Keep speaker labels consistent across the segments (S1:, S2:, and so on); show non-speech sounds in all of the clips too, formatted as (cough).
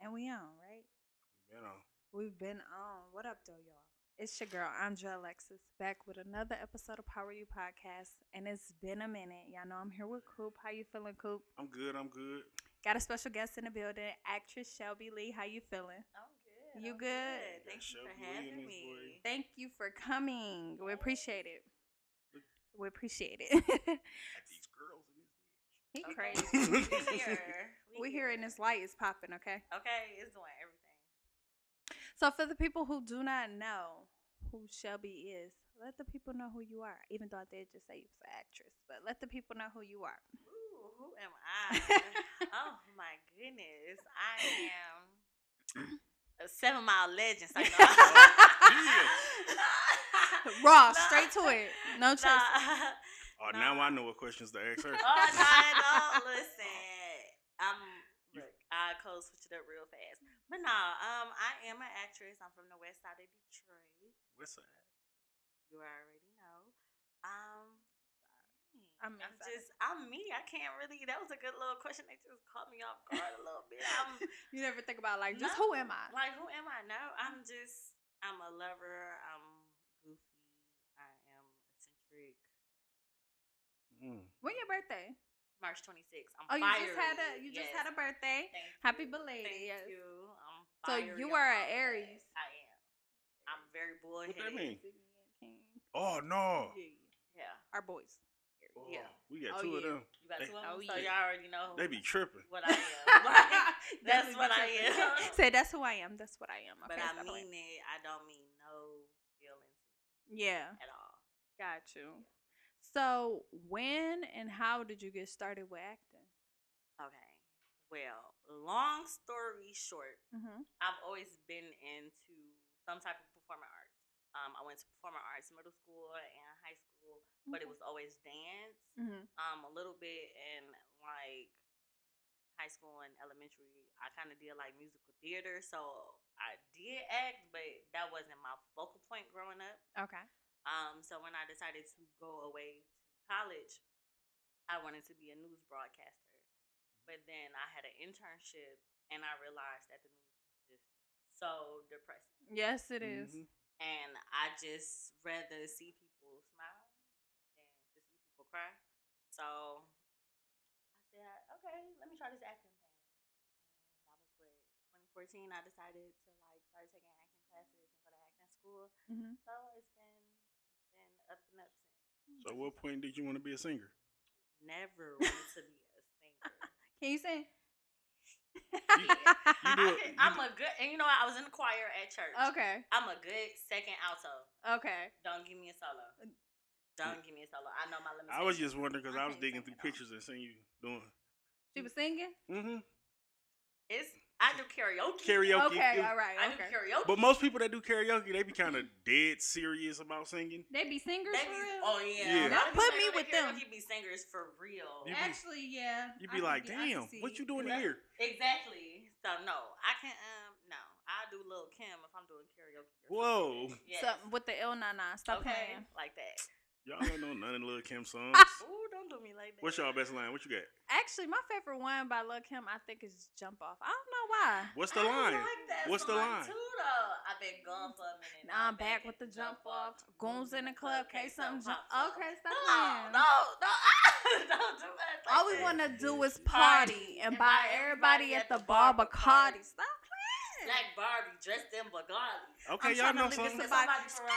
S1: And we on, right?
S2: We've been on.
S1: We've been on. What up, though, y'all? It's your girl, Andrea Alexis, back with another episode of Power You Podcast. And it's been a minute. Y'all know I'm here with Coop. How you feeling, Coop?
S2: I'm good. I'm good.
S1: Got a special guest in the building, actress Shelby Lee. How you feeling?
S3: I'm good.
S1: You
S3: I'm
S1: good?
S3: Thank you
S2: Got
S3: for
S2: Shelby Lee in
S3: having
S2: this
S3: me.
S1: Thank you for coming. We
S3: Yes.
S1: appreciate it. We appreciate it. (laughs)
S2: Got these girls in this bitch.
S1: he
S3: Okay,
S1: crazy. (laughs)
S3: We here.
S1: we here and this light is popping, okay?
S3: Okay, it's doing everything.
S1: So for the people who do not know who Shelby is, let the people know who you are. Even though I did just say you was an actress, but let the people know who you
S3: (laughs)
S1: are.
S3: Ooh, who am
S1: (laughs)
S3: I? oh my goodness, I am a seven mile legend. So
S1: (laughs)
S2: Oh,
S3: (laughs)
S1: Raw, straight to it. No chase.
S3: Nah.
S2: Oh,
S3: Nah.
S2: now I know what questions to ask
S1: (laughs)
S2: her.
S3: (laughs) Oh no, no, listen. I'm
S2: You-
S3: look, I code switch it up real fast. But no, um, I am an actress. I'm from the west side of Detroit.
S2: What's that?
S3: You already know. Um
S1: I'm
S3: I'm
S1: excited.
S3: just I'm me. I can't really that was a good little question. They just caught me off guard a little bit. I'm
S1: You never think about (laughs) like just
S3: Um, No.
S1: who am I?
S3: Like who am I? No, I'm just I'm a lover, I'm goofy, I am eccentric.
S2: Mm.
S1: When your birthday?
S3: March twenty sixth. I'm
S1: Oh, you
S3: fiery.
S1: just had a you just
S3: Yes.
S1: had a birthday.
S3: Thank
S1: Happy
S3: you.
S1: belated,
S3: Thank
S1: yes.
S3: you. I'm
S1: So
S3: fiery
S1: you
S3: on
S1: are
S3: my
S1: a Aries.
S3: ass. I am. I'm very bullheaded.
S2: What that mean? Oh no.
S1: Yeah,
S3: Yeah.
S1: Our boys.
S2: Oh,
S3: Yeah.
S2: we got
S1: Oh,
S2: two of
S1: yeah.
S2: them.
S3: You got
S2: They-
S3: two of them,
S1: oh,
S3: so
S1: yeah.
S3: y'all already know
S2: They be tripping.
S3: what
S1: (laughs)
S3: I am. (laughs) Like, That's
S1: is
S3: what
S1: your
S3: I
S1: thing. (laughs)
S3: am.
S1: Say that's who I am. That's what I am.
S3: but
S1: Okay,
S3: I
S1: stop playing.
S3: mean it. I don't mean no feelings
S1: yeah.
S3: at all.
S1: Got you. So when and how did you get started with acting?
S3: Okay. Well, long story short,
S1: Mm-hmm.
S3: I've always been into some type of performing arts. Um, I went to performing arts in middle school and high school, but it was always dance,
S1: Mm-hmm.
S3: um, a little bit in like high school and elementary. I kind of did like musical theater, so I did act, but that wasn't my focal point growing up.
S1: Okay.
S3: Um, so when I decided to go away to college, I wanted to be a news broadcaster. But then I had an internship and I realized that the news was just so depressing.
S1: Yes, it is.
S3: Mm-hmm.
S2: Mhm.
S3: And I just rather see people smile than to see people cry. So I said, okay, let me try this acting thing. And that was what 2014 I decided to like start taking acting classes and go to acting school.
S1: Mm-hmm.
S3: So it's been it's been up and up since.
S2: So at what point did you want to be a singer?
S3: Never wanted to
S1: (laughs)
S3: be a singer.
S1: Can you sing?
S2: You do
S3: I
S2: it-
S3: can-
S2: you
S3: I'm
S2: do-
S3: a good, and you know what? I was in the choir at church.
S1: (laughs) okay.
S3: I'm a good second alto.
S1: Okay.
S3: Don't give me a solo. Don't give me a solo. I know my limitations.
S2: I was just wondering because
S1: I
S2: I, was
S1: can't
S2: digging
S1: sing
S2: through
S1: at all.
S2: pictures and seeing you doing.
S1: She was singing.
S2: Mm-hmm.
S3: It's I do karaoke.
S2: Karaoke.
S1: Okay.
S2: yeah.
S1: All right.
S3: I do
S1: Okay.
S3: karaoke.
S2: But most people that do karaoke, they be kind
S1: Mm-hmm.
S2: of dead serious about singing.
S1: They be singers
S3: They
S1: for
S3: be-
S1: real.
S3: oh
S2: Yeah.
S3: yeah.
S1: Don't put me with them.
S3: You be singers for real.
S2: You be-
S1: Actually, yeah.
S2: You
S1: I
S2: be
S1: can-
S2: like,
S1: yeah, I can
S2: damn,
S1: see
S2: what you
S1: it."
S2: doing
S3: Yeah.
S2: here?
S3: exactly. So no, I can um no. I do Lil Kim if I'm doing karaoke.
S2: Whoa.
S3: Yeah.
S1: Something with the L nine nine. Stop
S3: okay.
S1: playing.
S3: Like that.
S2: Y'all don't know none of Lil Kim
S1: (laughs)
S2: songs.
S3: Ooh, don't do me like that.
S2: What's y'all best line? What you got?
S1: Actually, my favorite one by Lil Kim, I think, is "Jump Off." I don't know why.
S2: What's the
S3: I
S2: line?
S3: Like that
S2: What's the
S3: song
S2: line?
S3: Too though. I've been gone for a minute.
S1: Nah, I'm back with the jump off. Goons in the club.
S3: Okay,
S1: Case something
S3: jump
S1: jump.
S3: off.
S1: Okay,
S3: No,
S1: stop playing.
S3: no, no. (laughs) don't do that. Like
S1: All we
S3: that.
S1: want to do is
S3: Party
S1: party and buy everybody at the bar Bacardi.
S3: Bacardi.
S1: Stop playing.
S3: Black Barbie dressed in Bugatti.
S2: Okay,
S1: I'm
S2: y'all
S1: tryna
S2: know
S1: leave you
S2: something.
S1: some-
S3: Somebody,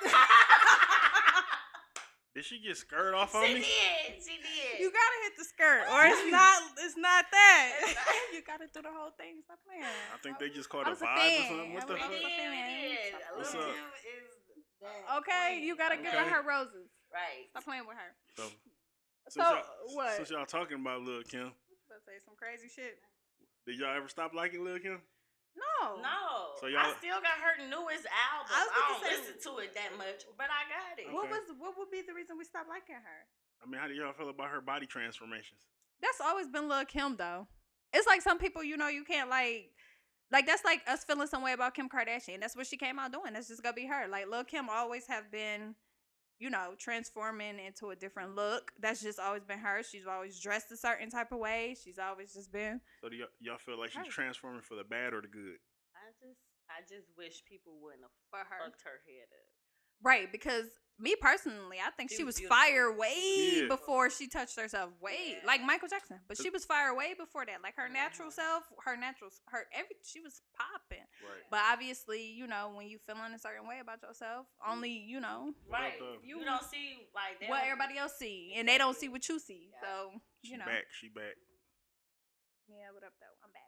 S1: Somebody-
S2: (laughs) Did she just skirt off on me?
S3: she did. She did.
S1: You gotta hit the skirt, or it's not. It's not
S3: It's
S1: that. (laughs)
S3: not.
S1: you gotta do the whole thing. Stop playing.
S2: I think they
S1: I
S2: just called a
S1: was a
S2: vibe or
S1: fan.
S2: something. What
S1: I
S2: the
S1: was
S3: we
S1: a
S2: fuck?
S3: did. We did.
S1: Stop
S2: What's
S3: Lil
S2: up?
S3: Kim is that
S1: Okay,
S3: queen.
S1: you gotta give her
S2: Okay.
S1: her roses.
S3: right.
S1: Stop playing with her. (laughs)
S2: So,
S1: So,
S2: since y'all,
S1: what?
S2: Since y'all talking about Lil Kim,
S1: Let's say some crazy shit.
S2: did y'all ever stop liking Lil Kim?
S1: No.
S3: No.
S2: So
S3: I
S2: y'all-
S3: still got her newest
S1: I
S3: album. I,
S1: was gonna
S3: don't
S1: say-
S3: listen to it that much, but I got it.
S1: What
S2: Okay.
S1: was? What would be the reason we stopped liking her?
S2: I mean, how do y'all feel about her body transformations?
S1: That's always been Lil Kim though. It's like some people, you know, you can't like like that's like us feeling some way about Kim Kardashian. That's what she came out doing. That's just gonna be her. Like Lil Kim always have been you know, transforming into a different look. That's just always been her. She's always dressed a certain type of way. She's always just been.
S2: So do y'all, y'all feel like she's
S3: Right.
S2: transforming for the bad or the good?
S3: I just, I just wish people wouldn't have
S1: For her.
S3: fucked her head up.
S1: Right, because me personally, I think
S3: She
S1: she,
S3: was
S1: was,
S3: beautiful.
S1: fire way
S2: Yeah.
S1: before she touched herself. Way
S3: Yeah.
S1: like Michael Jackson, but
S2: But-
S1: she was fire way before that. Like her natural
S3: Mhm.
S1: self, her natural, her every she was popping.
S2: Right.
S1: But obviously, you know, when you feeling a certain way about yourself, only
S3: Mm-hmm.
S1: you know
S2: What up,
S3: Right.
S2: though?
S3: You don't see like that.
S1: what everybody else see, and they don't see what you see.
S3: Yeah.
S1: So
S2: She
S1: you know,
S2: back. She back.
S1: yeah. What up though? I'm back.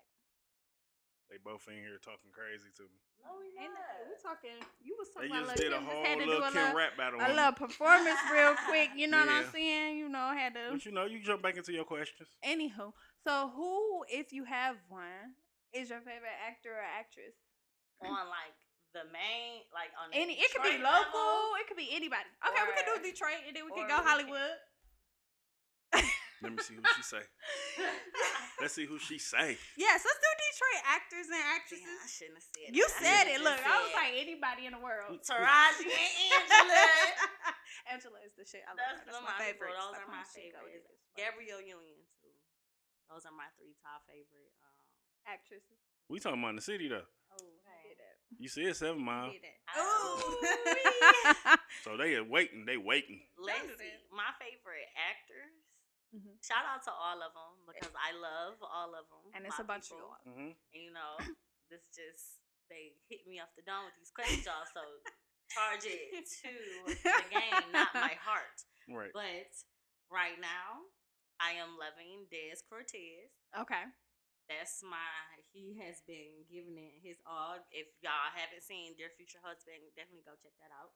S2: They both in here talking crazy to me.
S3: No, we
S1: Ain't nothing.
S3: not.
S1: we talking. You was
S2: They
S1: talking about
S2: just did
S1: Lil
S2: a
S1: Kim.
S2: whole
S1: Just had to do
S2: little
S1: a
S2: Kim
S1: little,
S2: rap battle.
S1: a
S2: homie.
S1: little performance real quick. You know what
S2: Yeah.
S1: I'm saying? You know, had to.
S2: But you know, you can jump back into your questions.
S1: Anywho, so who, if you have one, is your favorite actor or actress?
S3: on like the main, like on the
S1: Any, it could be
S3: Detroit
S1: local, (laughs)
S3: level,
S1: it could be anybody. Okay, we could
S3: or-
S1: do Detroit, and then we
S3: or
S1: could go
S3: we can-
S1: Hollywood.
S2: Let me see what she say. Let's see who she say.
S1: Yes, let's do Detroit actors and
S3: Damn, I
S1: actresses.
S3: shouldn't have said
S1: You
S3: that. I
S1: said
S3: should've
S1: it.
S3: just
S1: Look, I was
S3: said
S1: like anybody in the world.
S3: Taraji and Angela.
S1: (laughs) Angela is the shit. I love her.
S3: Those
S1: That's my
S3: are my people.
S1: favorite.
S3: Those
S1: Stop
S3: are
S1: on
S3: my
S1: shit, go get
S3: favorites.
S1: this.
S3: Gabrielle Union too. Those are my three top favorite. Um,
S1: actresses.
S2: We talking about in the city though.
S1: Oh,
S3: Okay.
S1: I did that.
S2: You said seven
S1: I
S2: mile,
S1: did that. (laughs)
S3: (laughs) Ooh-wee.
S2: so they are waiting. They waiting.
S1: Don't do
S3: let's see.
S1: that.
S3: My favorite actors.
S1: Mhm.
S3: Shout out to all of them because I love all of
S1: Eh.
S3: them.
S1: and it's a bunch of y'all.
S2: hmm
S3: And, you
S1: (coughs)
S3: know, this just they hit me off the dome with these questions, y'all. So charge it to the game, not
S1: (laughs)
S3: my heart.
S2: Right.
S3: But right now, I am loving Dez Cortez.
S1: Okay.
S3: That's my. He has been giving it his all. If y'all haven't seen Dear Future Husband, definitely go check that out.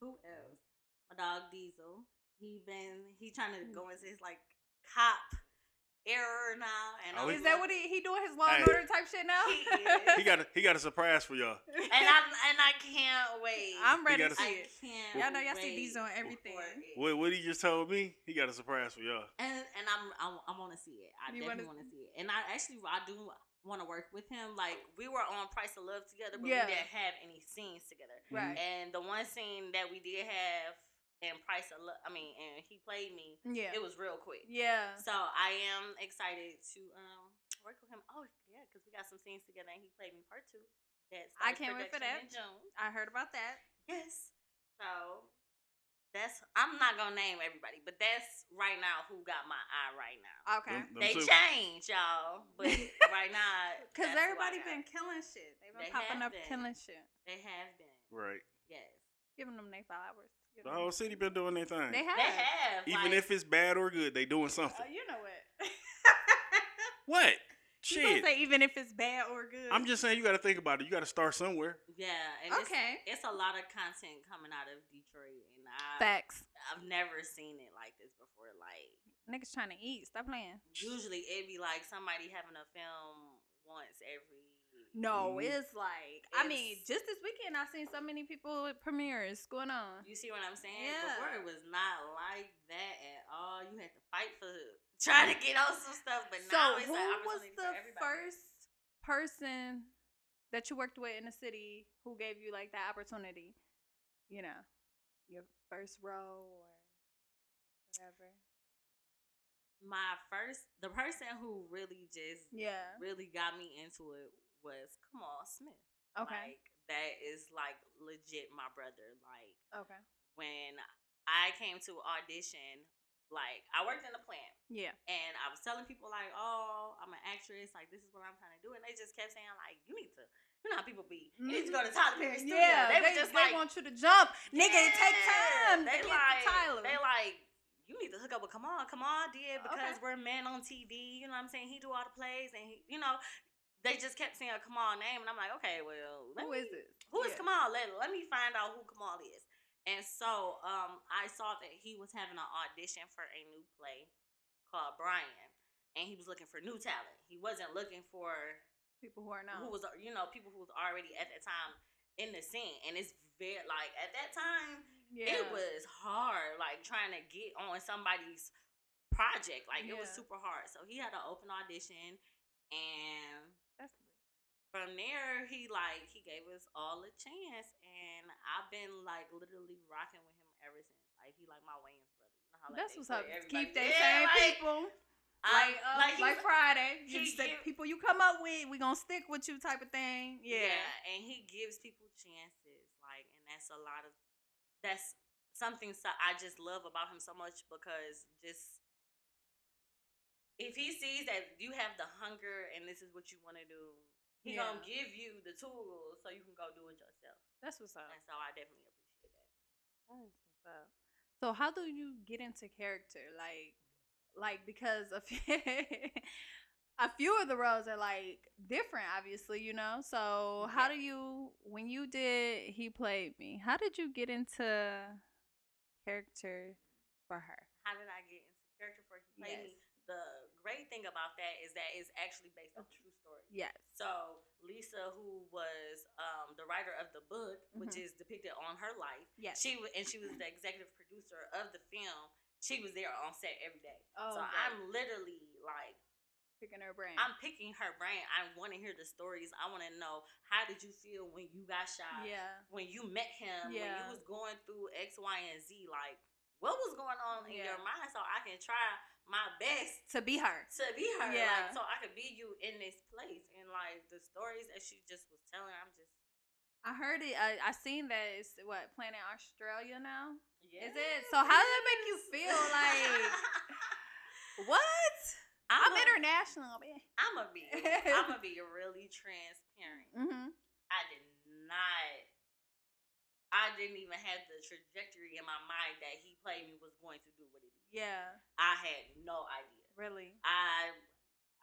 S3: Who
S1: Mm-hmm.
S3: else? My dog Diesel. He been he trying to go
S1: Mm-hmm.
S3: into his like cop era now. And
S2: Oh,
S3: I'm
S1: Is that
S3: like-
S1: what he he doing his law and
S2: Hey.
S1: order type shit now? (laughs)
S3: He is.
S2: He got a, he got a surprise for y'all.
S3: And I and I can't wait.
S1: I'm ready to
S2: gotta
S1: see it.
S3: I can't.
S1: Y'all know y'all
S3: wait
S1: see these on
S3: for
S1: everything.
S3: it.
S2: What what he just told me, he got a surprise for y'all.
S3: and and I'm I, I want to see it. I
S1: You wanna-
S3: definitely want to see it. And I actually I do want to work with him. Like we were on Price of Love together, but
S1: Yeah.
S3: we didn't have any scenes together.
S1: Right.
S3: And the one scene that we did have in Price of Love, I mean, and he played me.
S1: Yeah.
S3: It was real quick.
S1: Yeah.
S3: So I am excited to um work with him. Oh yeah, because we got some scenes together, and he played me part two. That's
S1: I can't wait for that.
S3: In June. (laughs)
S1: I heard about that.
S3: Yes. So that's I'm not gonna name everybody, but that's right now who got my eye right now.
S1: Okay.
S2: Them- them
S3: They
S2: two-
S3: change, y'all. But
S1: (laughs)
S3: right now,
S1: Cause
S3: that's who I
S1: everybody
S3: got.
S1: been killing shit. They've been
S3: They
S1: popping
S3: have
S1: up
S3: been.
S1: killing shit.
S3: They have been.
S2: Right.
S3: Yes.
S1: Giving them their flowers. you
S2: The
S1: know.
S2: whole city been doing their thing.
S1: They have.
S3: They have.
S2: Even
S3: like,
S2: if it's bad or good, they doing
S1: Uh,
S2: something.
S1: (laughs) you know what?
S2: What?
S1: Uh, You gonna
S2: Shit.
S1: say even if it's bad or good.
S2: I'm just saying you got to think about it. You got to start somewhere.
S3: Yeah. And it's-
S1: okay.
S3: It's, a lot of content coming out of Detroit, and I
S1: Facts.
S3: I've never seen it like this before. Like
S1: Niggas trying to eat. Stop playing.
S3: usually it'd be like somebody having a film once every.
S1: No,
S2: Mhm.
S1: it's like I mean,
S3: It's-
S1: just this weekend I seen so many people at premieres going on.
S3: You see what I'm saying?
S1: Yeah.
S3: Before it was not like that at all. You had to fight for (laughs) trying to get on some stuff, but
S1: so
S3: now it's
S1: who
S3: an
S1: was
S3: opportunity
S1: the
S3: for everybody.
S1: first person that you worked with in the city who gave you like that opportunity you know your first role or whatever
S3: my first the person who really just
S1: yeah
S3: really got me into it was Kamal Smith.
S1: okay
S3: Like that is like legit my brother. Like
S1: okay
S3: when I came to audition, like I worked in a plant
S1: yeah
S3: and I was telling people like, "Oh, I'm an actress. Like this is what I'm trying to do," and they just kept saying like, "You need to, you know how people be. You need to go to Tyler Perry
S1: Mm-hmm.
S3: Studio."
S1: yeah
S3: they, were just like,
S1: want you to jump nigga it take
S3: "Yeah."
S1: time
S3: They
S1: to get
S3: like,
S1: to Tyler
S3: they like, you need to hook up with Kamal. Kamal did because
S1: Okay.
S3: we're men on TV. You know what I'm saying? He do all the plays, and he, you know, they just kept saying a Kamal name, and I'm like, okay, well, let
S1: who is
S3: me,
S1: this
S3: who is
S1: Yeah.
S3: Kamal? Let, let me find out who Kamal is. And so um, I saw that he was having an audition for a new play called Brian. And he was looking for new talent. He wasn't looking for
S1: people who are not
S3: who was, you know, people who was already at that time in the scene. And it's very, like, at that time,
S1: yeah
S3: it was hard, like, trying to get on somebody's project. Like, it was
S1: Yeah.
S3: super hard. So he had an open audition. And
S1: That's-
S3: from there, he like he gave us all a chance, and I've been like literally rocking with him ever since. Like he like my Wayans brother. You know how like,
S1: That's
S3: they
S1: what's
S3: play
S1: up.
S3: everybody-
S1: Keep they
S3: Yeah,
S1: same
S3: like,
S1: people.
S3: I-
S1: Like, uh,
S3: like,
S1: like,
S3: he's-
S1: Friday. You
S3: he
S1: stick-
S3: give-
S1: people you come up with, we gonna stick with you type of thing. Yeah.
S3: and he gives people chances, like, and that's a lot of that's something so I just love about him so much because just if he sees that you have the hunger and this is what you want to do, he
S1: Yeah.
S3: gonna give you the tools so you can go do it yourself.
S1: That's what's up.
S3: And so I definitely appreciate that.
S1: That's what's up. So how do you get into character? Like like because a few, (laughs) a few of the roles are like different obviously, you know. So how do you when you did he played me? How did you get into character for her?
S3: How did I get into character for he played me? The great thing about that is that it's actually based on true story.
S1: Yes.
S3: So Lisa, who was um, the writer of the book, which is depicted on her life,
S1: Mm-hmm. Yes.
S3: she was, and she was the executive producer of the film. She was there on set every day.
S1: Oh, Mm.
S3: so
S1: okay.
S3: I'm literally like,
S1: picking her brain.
S3: I'm picking her brain. I want to hear the stories. I want to know how did you feel when you got shot?
S1: yeah.
S3: When you met him? When you
S1: Yeah.
S3: was going through X, Y, and Z? Like, what was going on in
S1: Yeah.
S3: your mind? So I can try my best
S1: To be her.
S3: to be her.
S1: Yeah.
S3: Like, so I could be you in this place. And like the stories that she just was telling, I'm just
S1: I heard it. I, I seen that it's what Planet Australia now.
S3: yes.
S1: it? So how did that make you feel?
S3: (laughs)
S1: Like, what?
S3: I'm,
S1: I'm
S3: a,
S1: international.
S3: I'm a be I'm gonna be really transparent.
S1: (laughs) Mm-hmm.
S3: I did not I didn't even have the trajectory in my mind that he played me was going to do what it did.
S1: Yeah,
S3: I had no idea.
S1: really.
S3: I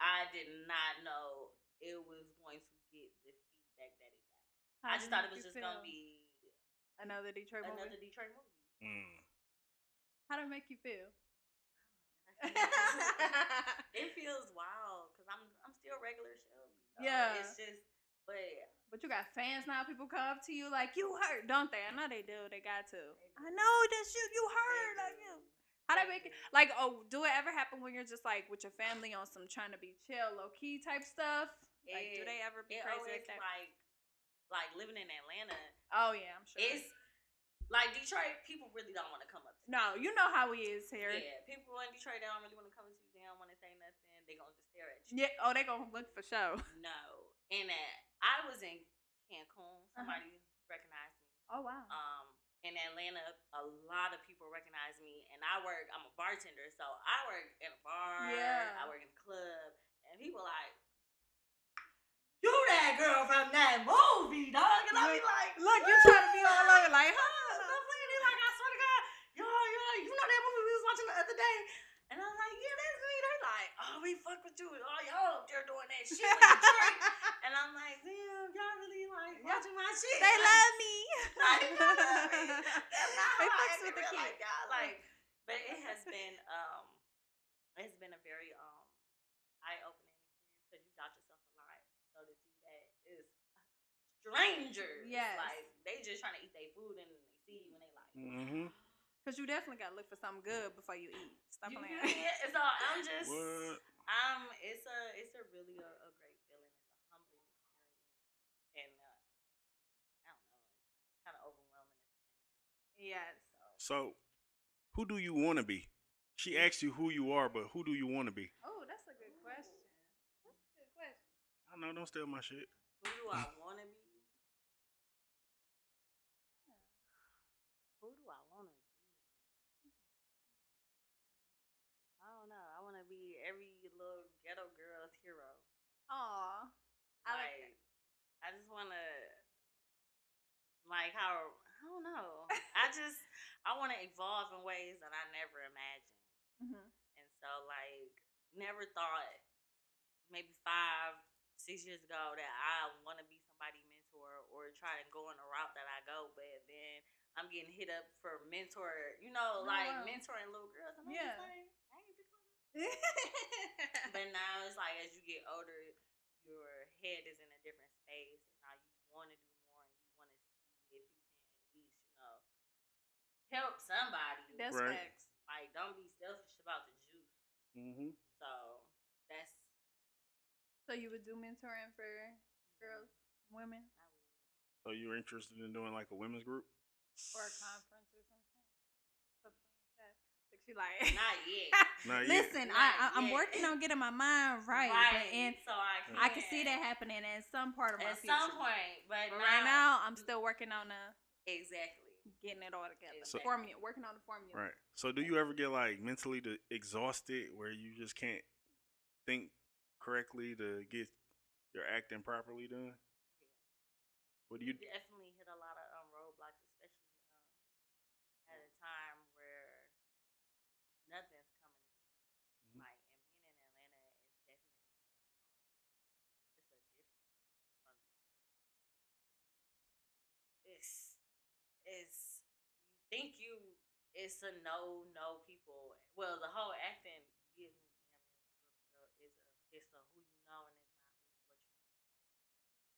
S3: I did not know it was going to get the feedback that it got. I
S1: How
S3: just
S1: did
S3: thought it
S1: you
S3: was just
S1: feel?
S3: gonna be
S1: another Detroit
S3: another
S1: movie.
S3: Detroit movie.
S2: Mm.
S1: How did it make you
S3: (laughs)
S1: feel? (laughs)
S3: it feels wild because I'm I'm still regular Shelby. So
S1: Yeah.
S3: it's just but
S1: but you got fans now. People come up to you like you hurt, don't they? I know they do. They got to.
S3: do.
S1: I know that you you hurt. Like you. How
S3: I
S1: did it make it? Like oh, do it ever happen when you're just like with your family on some trying to be chill, low key type stuff? Like do
S3: It-
S1: they ever be
S3: It
S1: crazy
S3: always
S1: like that?
S3: like like living in Atlanta.
S1: oh yeah, I'm sure.
S3: It's like Detroit people really don't want to come up. To
S1: no, you know how he is
S3: you.
S1: here.
S3: yeah, people in Detroit they don't really want to come up to you. They don't want to say nothing. They gonna just stare at you.
S1: Yeah. Oh, they gonna look for
S3: (laughs)
S1: show.
S3: No, and uh, I was in Cancun. Somebody recognized me.
S1: Oh wow.
S3: um, in Atlanta, a lot of people recognize me, and I work. I'm a bartender, so I work in a bar.
S1: Yeah.
S3: I work in a club, and people like, "You that girl from that movie, dog?" And I be like,
S1: Look, you trying to be all over like,
S3: (laughs) "Huh,
S1: huh?
S3: stop playing it, like I swear to God, yo, yo, you know that movie we was watching the other day." And I was like, "Yeah, that's me." They like, "Oh, we fuck with you, oh y'all up there doing that shit." with the
S1: (laughs)
S3: drink." and I'm like, "Damn, y'all really like watching my shit."
S1: They
S3: Like,
S1: love me.
S3: (laughs) Like, they love me.
S1: (laughs)
S3: That's not
S1: They
S3: how I
S1: fucks
S3: act
S1: with
S3: in
S1: the
S3: real life,
S1: kid.
S3: y'all. (laughs) Like, but it has been um, it's been a very um eye opening experience because you got yourself a lot. So to see that is strangers,
S1: Yes.
S3: like they just trying to eat their food and they see you and they like.
S2: Mm-hmm.
S1: Cause you definitely gotta look for something good before you eat. Stop
S3: You feel
S1: playing.
S3: me? So I'm just,
S2: What?
S3: um, it's a, it's a really a, a great feeling. It's a humbling experience, and uh, I don't know, it's kind of overwhelming at the same time.
S1: Yes.
S2: So, who do you want to be? She asked you who you are, but who do you want to be?
S1: Oh, that's a good question. That's a good question.
S2: I don't know. Don't steal my shit.
S3: Who do I want to be? Who do I want to be? I don't know. I want to be every little ghetto girl's hero.
S1: Aw. I like that.
S3: I just want to, like how I don't (laughs) know. I just I want to evolve in ways that I never imagined.
S1: (laughs) Mhm.
S3: And so, like, never thought maybe five, six years ago that I want to be somebody mentor or try to go on the route that I go. But then I'm getting hit up for mentor, you know,
S1: Oh,
S3: like
S1: wow.
S3: mentoring little girls. And I'm
S1: Yeah.
S3: just like, I ain't big on that. But now it's like as you get older, your head is in a different space, and now you want to do more, and you want to see if you can at least, you know, help somebody.
S1: That's
S2: Right.
S1: facts.
S3: like, don't be selfish about the juice.
S2: Mm-hmm.
S3: So that's
S1: So you would do mentoring for girls, women,
S3: I would.
S2: So you're interested in doing like a women's group?
S1: or a conference or something. Something like that. Like she like. (laughs)
S3: Not yet.
S2: Not yet.
S1: Listen,
S3: Right,
S1: I, I, I'm
S3: yeah.
S1: working on getting my mind right, But, and
S3: so I can.
S1: I can see that happening at some part of my
S3: at
S1: future.
S3: some point, but,
S1: But
S3: not Mm.
S1: right now, I'm still working on uh,
S3: exactly.
S1: getting it all together.
S3: So-
S1: formula, working on the formula.
S2: Right. So do you ever get like mentally de- exhausted where you just can't think correctly to get your acting properly done? What do you?
S3: We definitely hit a lot of um, roadblocks, especially um, at a time where nothing's coming in.
S2: Mhm.
S3: Like, and being in Atlanta is definitely um, it's a different from Detroit. It's it's you think you it's a no no people. Well, the whole acting business damn near for real, for real, is a it's a who you know and it's not really what you know.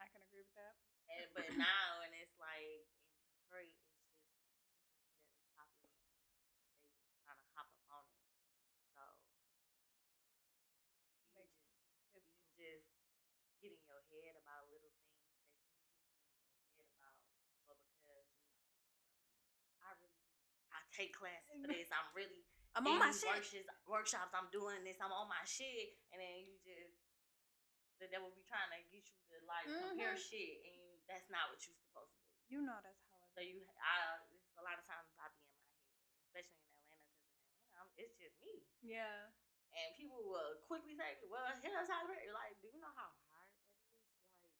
S1: I can agree with that.
S3: And, Eh, but now, and it's like in Detroit, it's just people that is popular. They just trying to hop up on it. So you
S1: Makes
S3: just
S1: It's
S3: you just get in your head about little things that you shouldn't be in your head about, but because you like, I really I take classes for this. I'm really
S1: I'm on my
S3: these
S1: shit.
S3: workshops- workshops. I'm doing this. I'm on my shit, and then you just the devil be trying to get you to like
S1: Mm-hmm.
S3: compare shit, and you, that's not what you're supposed to do.
S1: You know that's how
S3: So
S1: it
S3: you, I it's a lot of times I be in my head, especially in Atlanta, because in Atlanta I'm, it's just me,
S1: Yeah.
S3: and people will quickly say, "Well, hit us out of Like, do you know how hard that is? Like,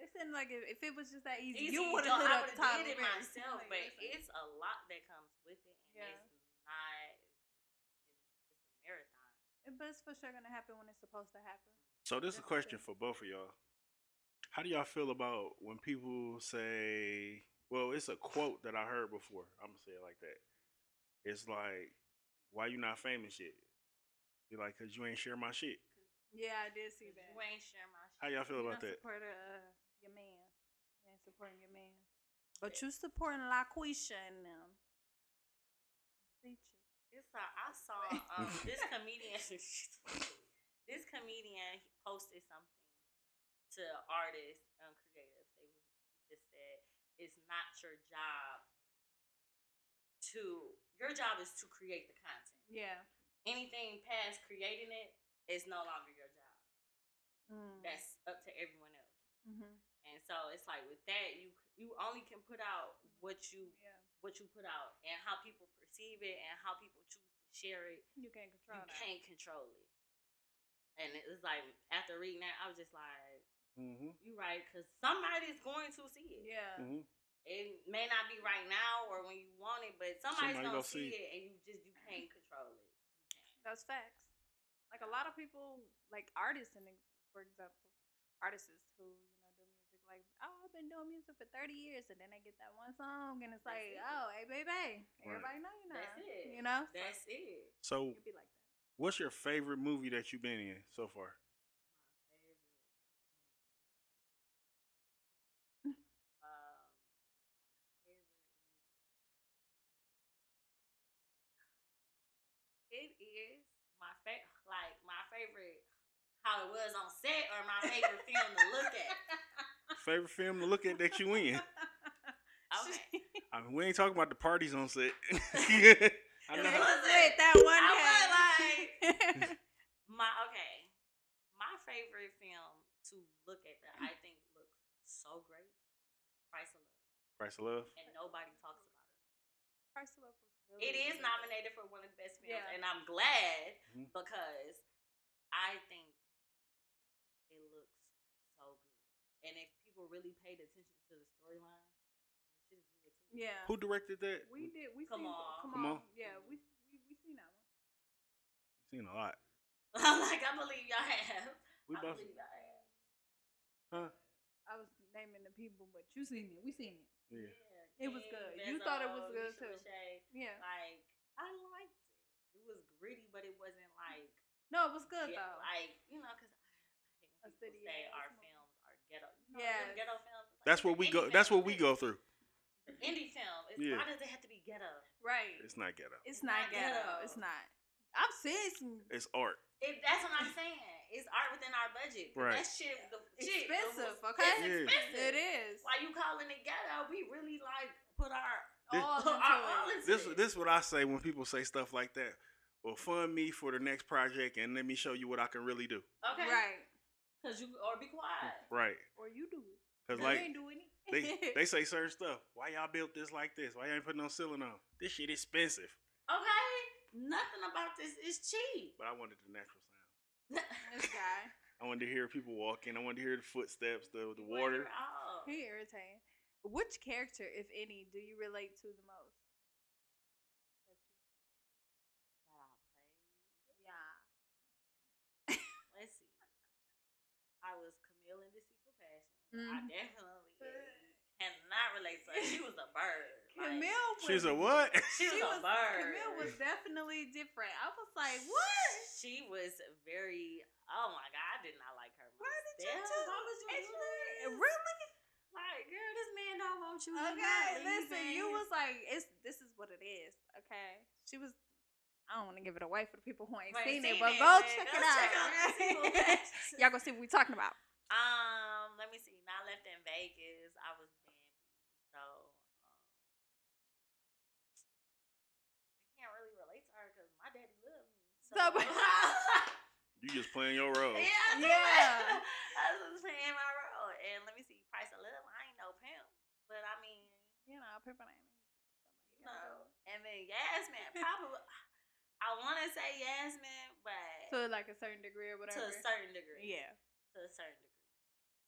S1: They said like if, if it was just that easy,
S3: easy,
S1: you would have
S3: dog,
S1: lit
S3: I
S1: up
S3: would've
S1: Tyler
S3: did it
S1: (laughs) Perry.
S3: myself,
S1: Like,
S3: but
S1: listen,
S3: it's a lot that comes with it, and
S1: Yeah.
S3: it's not. It's a marathon.
S1: but it's for sure gonna happen when it's supposed to happen.
S2: So this is a
S1: That's
S2: question
S1: okay.
S2: for both of y'all. How do y'all feel about when people say? Well, it's a quote that I heard before. I'm gonna say it like that. It's like, why you not famous yet? You're like, cause you ain't share my shit.
S1: Yeah, I did see
S3: 'Cause
S1: that.
S3: You ain't share my shit.
S2: How y'all feel
S1: You
S2: about
S1: don't
S2: that?
S1: Support uh, your man. You ain't supporting your man, but you supporting LaQuisha and them. I see you.
S3: It's a, I saw um, this comedian. (laughs) this comedian he posted something to artists and creatives. They was- he just said, "It's not your job to. Your job is to create the content.
S1: Yeah.
S3: Anything past creating it is no longer your job.
S1: Mm.
S3: That's up to everyone else.
S1: hmm
S3: And so it's like with that, you you only can put out what you
S1: Yeah.
S3: what you put out and how people perceive it and how people choose to share it."
S1: You can't control
S3: you
S1: that.
S3: can't control it. And it was like after reading that, I was just like,
S2: Mm-hmm.
S3: "You right," because somebody's going to see it.
S1: Yeah.
S2: Mm-hmm.
S3: It may not be right now or when you want it, but
S2: Somebody
S3: somebody's gonna
S2: gonna see
S3: see it, and you just you can't control it.
S1: That's facts. Like a lot of people, like artists, and for example, artists who you know do music, like oh, I've been doing music for thirty years, and then they get that one song, and it's
S3: That's
S1: like,
S3: it.
S1: oh, hey, baby, everybody know you now.
S3: That's it.
S1: You know, So
S3: That's it.
S2: So,
S1: it'd be like
S2: (laughs)
S1: that.
S2: what's your favorite movie that you've been in so far?
S3: Um, It is my favorite, like my favorite, how it was on set, or my favorite film to look at.
S2: Favorite film to look at that you
S1: (laughs)
S2: in?
S3: Okay.
S2: I mean, we ain't talking about the parties on set. (laughs)
S1: (laughs)
S2: I
S1: It
S2: know.
S3: It
S2: How,
S1: was lit that one
S3: I
S1: time.
S3: was
S2: (laughs)
S3: My okay, my favorite film to look at that I think looks so great, Price of Love,
S2: Price of Love.
S3: and nobody talks about it.
S1: (laughs) Price of Love was really
S3: It is
S1: good.
S3: nominated for one of the best films,
S1: Yeah.
S3: and I'm glad
S2: Mhm.
S3: because I think it looks so good. And if people really paid attention to the storyline, it should be good too.
S1: Yeah.
S2: Who directed that?
S1: We did. We
S3: Come
S1: seen.
S3: on.
S1: Come,
S2: Come
S1: on.
S2: on.
S1: Yeah, we we we seen that one.
S2: Seen a lot.
S3: (laughs) I'm like, I believe y'all have.
S2: We
S3: I
S2: both.
S3: believe y'all have.
S2: Huh?
S1: I was naming the people, but you seen it. We seen it.
S2: Yeah.
S3: Yeah,
S1: It was
S3: King
S1: good. You thought it was
S3: Vezzo,
S1: good,
S3: Alicia
S1: too.
S3: Lachey.
S1: Yeah.
S3: Like I liked it. It was gritty, but it wasn't like
S1: No, it was good
S3: get-
S1: though.
S3: like you know, because I
S1: A
S3: hate when
S1: city
S3: people say
S1: ass
S3: our
S1: movie.
S3: films are ghetto. You know,
S1: Yes.
S3: them ghetto films. it's like,
S2: That's
S3: it's an
S2: what we go.
S3: indie
S2: That's
S3: film.
S2: what we go through.
S3: Indie film. It's,
S2: Yeah.
S3: Why does it have to be ghetto?
S1: right.
S2: It's not ghetto.
S1: It's not
S3: not
S1: ghetto.
S3: ghetto.
S1: It's not. I've seen some.
S2: It's art.
S3: If that's what I'm saying. It's art within our budget.
S2: Right.
S3: That shit, the shit
S1: Expensive,
S3: was-
S1: okay?
S3: It's
S2: Yeah.
S3: expensive.
S1: It is.
S3: Why you calling it ghetto? We really like put our
S2: This- (laughs)
S1: All
S3: put (laughs) our
S1: into
S3: all
S1: it.
S3: into
S2: This
S3: it.
S2: this is what I say when people say stuff like that. Well, fund me for the next project and let me show you what I can really do.
S3: okay.
S1: Right.
S3: Cause you or be quiet.
S2: Right.
S1: Or you do it.
S2: Because
S1: You
S2: like
S1: ain't doing it.
S2: they,
S3: (laughs)
S1: (laughs)
S2: they say certain stuff. Why y'all built this like this? Why y'all ain't put no ceiling on? This shit expensive.
S3: Okay. Nothing about this is cheap. (laughs)
S2: But I wanted the natural sound.
S1: this guy.
S2: I wanted to hear people walking. I wanted to hear the footsteps, the the
S3: You want
S2: water.
S3: it all.
S1: He irritating. Which character, if any, do you relate to the most? Yeah.
S3: Let's see. I was Camille in the Secret Passion. I
S1: Mhm.
S3: definitely cannot relate to her. She was a bird. Like,
S1: Camille was.
S2: She's a what? (laughs)
S3: She was, a bird.
S1: Camille was definitely different. I was like, what?
S3: She was very. Oh my god, I did not like her.
S1: Why did you
S3: myself.
S1: tell
S3: Why was you
S1: me?
S3: do this?
S1: Really?
S3: Like, girl, this man don't want you. He
S1: Okay,
S3: not
S1: listen, you
S3: leaving.
S1: was like, it's this is what it is. Okay, she was. I don't want to give it away for the people who ain't
S3: Right,
S1: seen, it,
S3: seen
S1: but
S3: it,
S1: go
S3: but
S1: check it
S3: go check
S1: (laughs)
S3: out the
S1: out.
S3: Secret Passion.
S1: Y'all gonna see what we talking (laughs) about.
S3: Um, let me see. When I left in Vegas, I was being so um, I can't really relate to her because my daddy loved me. So,
S1: So-
S3: (laughs)
S2: You just playing your role.
S3: yeah, I
S1: Yeah.
S3: (laughs) yeah. I was playing my role. And let me see, Price of Love. I ain't no pimp, but I mean,
S1: You know, people ain't.
S3: you know. And then Yasmin, probably. I want to say Yasmin, but
S1: To like a certain degree or
S3: to
S1: whatever.
S3: a certain degree.
S1: yeah,
S3: to a certain degree.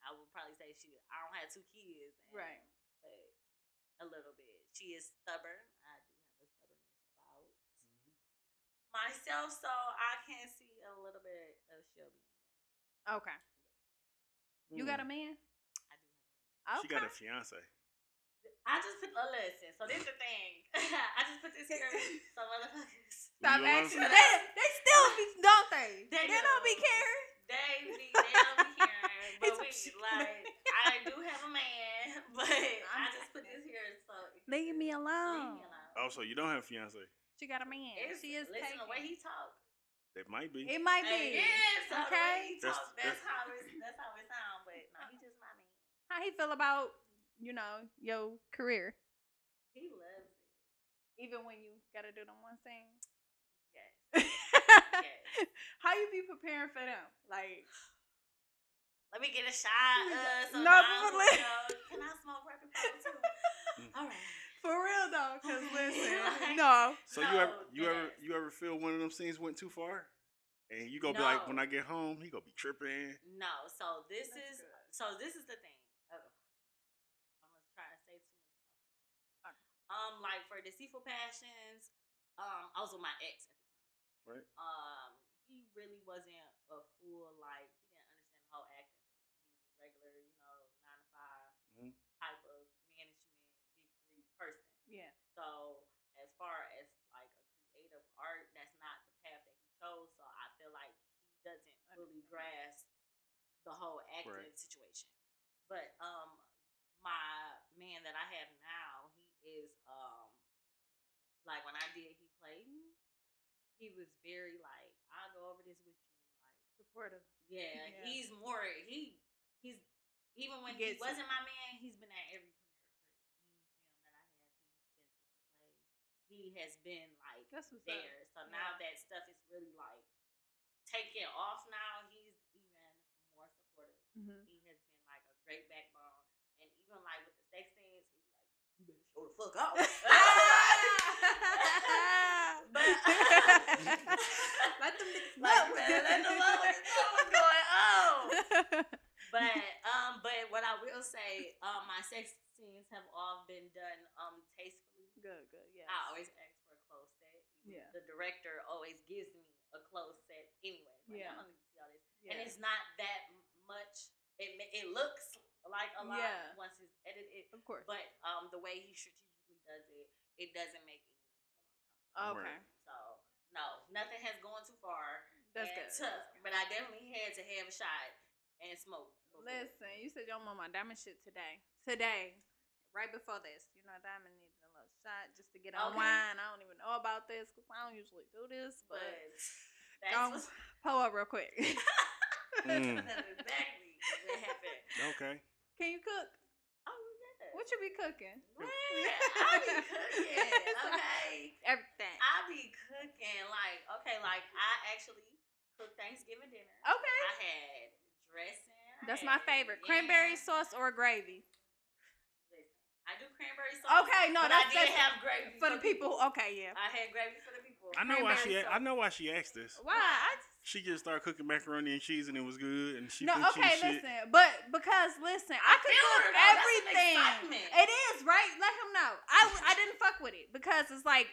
S3: I would probably say she. I don't have two kids, and-
S1: Right.
S3: But a little bit. She is stubborn. I do have a stubbornness about
S1: Mm-hmm.
S3: myself, so I can see a little bit of Shelby.
S1: okay. You got a man?
S3: I do.
S1: Okay.
S2: She got a fiance.
S3: Have, I just put a listen. So this the thing. (laughs) I just put this
S1: (laughs)
S3: here. So motherfuckers,
S1: Stop
S2: You know what I'm
S1: asking.
S2: saying?
S1: They, they still be don't they? (laughs) They,
S3: They
S1: don't be
S3: do.
S1: caring.
S3: they be they don't be
S1: (laughs)
S3: hearing, but
S1: It's
S3: we
S1: a-
S3: like. I do have a man, (laughs) but I just put this here. So it can
S1: Leave me
S3: just-
S1: alone.
S3: Leave me alone.
S2: Oh, so you don't have a fiance?
S1: She got a man.
S3: It's-
S1: she is
S3: listen
S1: taken.
S3: the way he talk.
S2: That might be.
S1: it might be.
S3: Hey, yes,
S1: Okay.
S3: okay.
S2: That's-
S3: That's, that's
S2: that's-
S3: how it's that's how it sounds, but no, he just my man.
S1: How he feel about you know your career?
S3: He loves it.
S1: even when you gotta do them one
S3: (laughs)
S1: thing. (laughs)
S3: Yes.
S1: How you be preparing for them? Like
S3: Let me get a
S1: (laughs)
S3: shot. Uh, some
S1: No,
S3: no,
S1: but
S3: you
S1: let-
S3: know, can I smoke rapid fire too?
S1: (laughs)
S3: All right.
S1: for real though, cause
S3: Okay. (laughs)
S1: listen,
S3: Like-
S1: no,
S2: So you ever
S3: No,
S2: you ever
S3: yes.
S2: you ever feel one of them scenes went too far? And you gonna be like, when
S3: No.
S2: I get home, he gonna be
S1: (laughs)
S2: tripping.
S3: No, so this
S1: That's
S3: is
S1: good.
S3: so this is the thing. Oh, I'm gonna try to say too much. Um, like for deceitful passions, um, I was with my ex at the time.
S2: Right.
S3: Um, he really wasn't a fool. Like he didn't understand the whole acting thing. He was a regular, you know, nine to
S1: Mm-hmm.
S3: 5
S2: Mhm.
S3: type of management, big three person.
S1: yeah,
S3: So as far as like a creative art, that's not the path that he chose. So I feel like he doesn't really grasp the whole
S2: Right.
S3: acting situation. But um, my man that I have now, he is um, like when I did, he played me. He was very like, I'll go over this with you. Like,
S1: supportive.
S3: yeah,
S1: Yeah.
S3: he's more he he's even when
S1: Gets
S3: he
S1: it.
S3: wasn't my man, he's been at every premiere of any film that I have. He's been to play. He has been like
S1: That's what's up.
S3: there. So now that stuff is really like taking off now. He's even more supportive.
S1: (laughs) Mhm.
S3: He has been like a great backbone. And even like with the sex scenes, he's like, You better show the fuck out.
S1: (laughs)
S3: (laughs) but
S1: Let them
S3: (laughs)
S1: niggas
S3: like,
S1: know.
S3: man, let the motherfuckers know what's going on. (laughs) But um, but what I will say, um, my sex scenes have all been done um tastefully.
S1: good, good, yeah.
S3: I always ask for a close set.
S1: Yeah.
S3: The director always gives me a close set anyway. Like,
S1: Yeah.
S3: I don't need to see all this,
S1: yeah.
S3: and it's not that much. It ma- it looks like a lot
S1: Yeah.
S3: once it's edited,
S1: of course.
S3: but um, the way he strategically does it, it doesn't make it.
S1: okay,
S2: Right.
S3: So no, nothing has gone too far.
S1: that's good.
S3: and Tough, but I definitely had to have a shot and smoke. before.
S1: Listen, you said your mama diamond shit today. Today, right before this, you know, diamond needed a little shot just to get on
S3: Okay.
S1: wine. I don't even know about this because I don't usually do this, but
S3: but (laughs) that's
S1: (laughs) Don't-
S3: what's-
S1: (laughs) pull up real quick.
S2: Mm.
S3: (laughs) That's exactly what happened.
S2: Okay.
S1: Can you cook?
S3: Oh, yeah.
S1: What you be cooking?
S3: Man,
S1: (laughs)
S3: I be cooking, okay?
S1: Everything.
S3: I be cooking, like, okay, like, I actually cooked Thanksgiving dinner.
S1: Oh, Okay.
S3: I had dressing. I
S1: That's my
S3: had-
S1: favorite.
S3: yeah.
S1: Cranberry sauce or gravy.
S3: Listen, I do cranberry sauce.
S1: Okay, no,
S3: but
S1: that's,
S3: I did
S1: that's
S3: have gravy
S1: for the people. oh Okay, yeah.
S3: I had gravy for the people.
S2: I know why she.
S1: Cranberry
S2: a- I know why she asked this.
S1: Why? I just,
S2: She just started cooking macaroni and cheese and it was good and she
S1: no,
S2: thinks
S1: okay,
S2: she's shit.
S1: listen. But because listen, I could
S3: feel
S1: cook
S3: her, though. That's an
S1: everything.
S3: excitement.
S1: It is right. Let him know. I w- I didn't fuck with it because it's like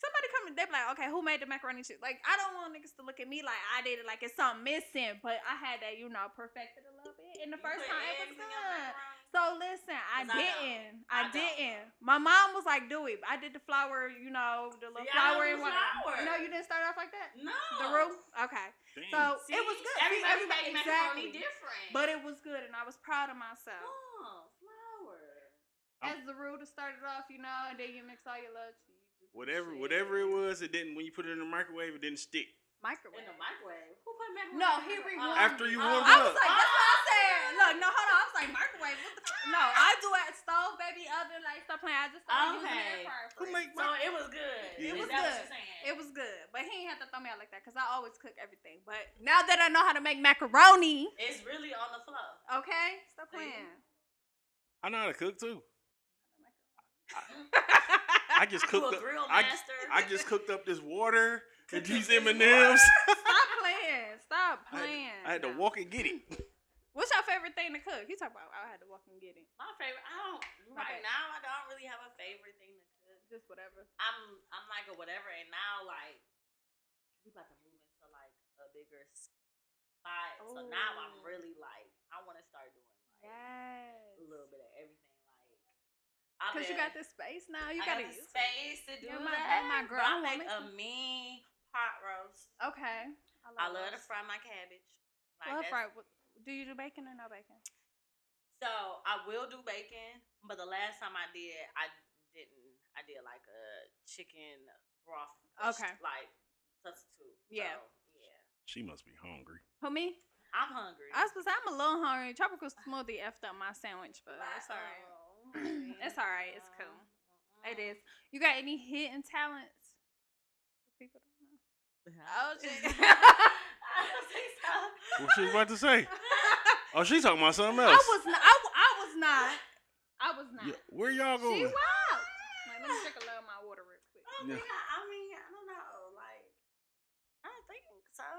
S1: somebody come. They be like, okay, who made the macaroni and cheese? Like I don't want niggas to look at me like I did it like it's something missing. But I had that, you know, perfected a little bit. And the
S3: You
S1: first
S3: put
S1: time it was
S3: eggs in your
S1: good.
S3: macaroni?
S1: So listen, I
S3: 'Cause I don't.
S1: didn't. I,
S3: I don't.
S1: didn't. My mom was like, "Do it." I did the flour, you know, the little
S3: See, I
S1: flour
S3: don't
S1: and
S3: do
S1: water.
S3: flour.
S1: No, you didn't start off like that.
S3: No.
S1: The roux. Okay,
S2: Damn.
S1: so it was good. See,
S3: Everybody,
S1: everybody-
S3: made macaroni
S1: exactly.
S3: different.
S1: But it was good, and I was proud of myself.
S3: Oh, flour.
S2: I'm-
S1: As the rule to start it off, you know, and then you mix all your little cheese.
S2: whatever, whatever it was, it didn't. When you put it in the microwave, it didn't stick.
S1: Microwave.
S3: In the microwave. Who put macaroni?
S1: No,
S3: in
S1: he
S3: the microwave? Oh,
S1: rewound.
S2: After you warmed
S1: I
S2: it
S1: was
S2: up.
S1: like, that's what I said. Look, no, hold on. I was like, microwave. What the fuck? Uh-huh. No, I do it at stove, baby, oven, like stop playing. I just started using an air
S3: Okay.
S1: fryer. for
S2: Who
S1: it.
S2: make
S3: So it was good.
S2: It was
S3: Is that What
S1: good.
S3: you're saying?
S1: It was good, but he ain't have to throw me out like that because I always cook everything. But now that I know how to make macaroni,
S3: It's really on the flow.
S1: okay, stop
S3: See?
S1: playing. (laughs)
S2: I know how to cook too. I just
S3: You a
S2: cooked. Up,
S3: grill
S2: I-
S3: master.
S2: I just cooked up this water and
S3: Cooked up
S2: these
S3: this
S2: M and M's.
S1: Stop playing. Stop
S2: I had to-
S1: playing.
S2: I had to
S1: No.
S2: walk and get it.
S1: What's your favorite thing to cook? You talk about I had to walk and get it.
S3: My favorite. I don't.
S1: Okay.
S3: Right now, I don't really have a favorite thing to cook.
S1: Just whatever.
S3: I'm I'm like a whatever, and now like we about to move into like a bigger spot. So now I'm
S1: Ooh.
S3: really like I want to start doing like
S1: Yes.
S3: a little bit of everything. Like I
S1: Cause you got the space now. You
S3: I
S1: gotta
S3: got the
S1: use it.
S3: space to do
S1: Yeah, my-
S3: that.
S1: my
S3: but
S1: girl,
S3: I
S1: I'm
S3: make
S1: with
S3: a
S1: you.
S3: mean pot roast.
S1: Okay.
S3: I love to
S1: those.
S3: fry my cabbage. Like,
S1: Love
S3: that's-
S1: fry. What- Do you do bacon or no bacon?
S3: So I will do bacon, but the last time I did, I didn't. I did like a chicken broth, a sh-
S1: Okay.
S3: like substitute.
S1: Yeah.
S3: So, yeah.
S2: She must be hungry.
S1: For me,
S3: I'm hungry.
S1: I was supposed. I'm a little hungry. Tropical smoothie effed up my sandwich, but
S3: Like,
S1: it's alright.
S3: oh, (clears throat)
S1: (clears throat) It's
S3: man.
S1: alright, it's cool.
S3: Mm-mm.
S1: It is. You got any hidden talents? People don't know.
S3: (laughs) I was
S1: Oh, shit.
S3: just- uh-uh. I don't think so.
S2: What she was about to say?
S1: (laughs)
S3: (laughs)
S2: Oh, she's talking about something
S1: I
S2: else.
S1: was not. I, w- I was not. I was not.
S2: Yeah, where y'all
S1: She Oh.
S2: going?
S1: wild. Like, let me drink a little of my water real quick.
S3: I don't
S2: Yeah.
S3: think Oh, I, I mean, I don't know. Like, I don't think so.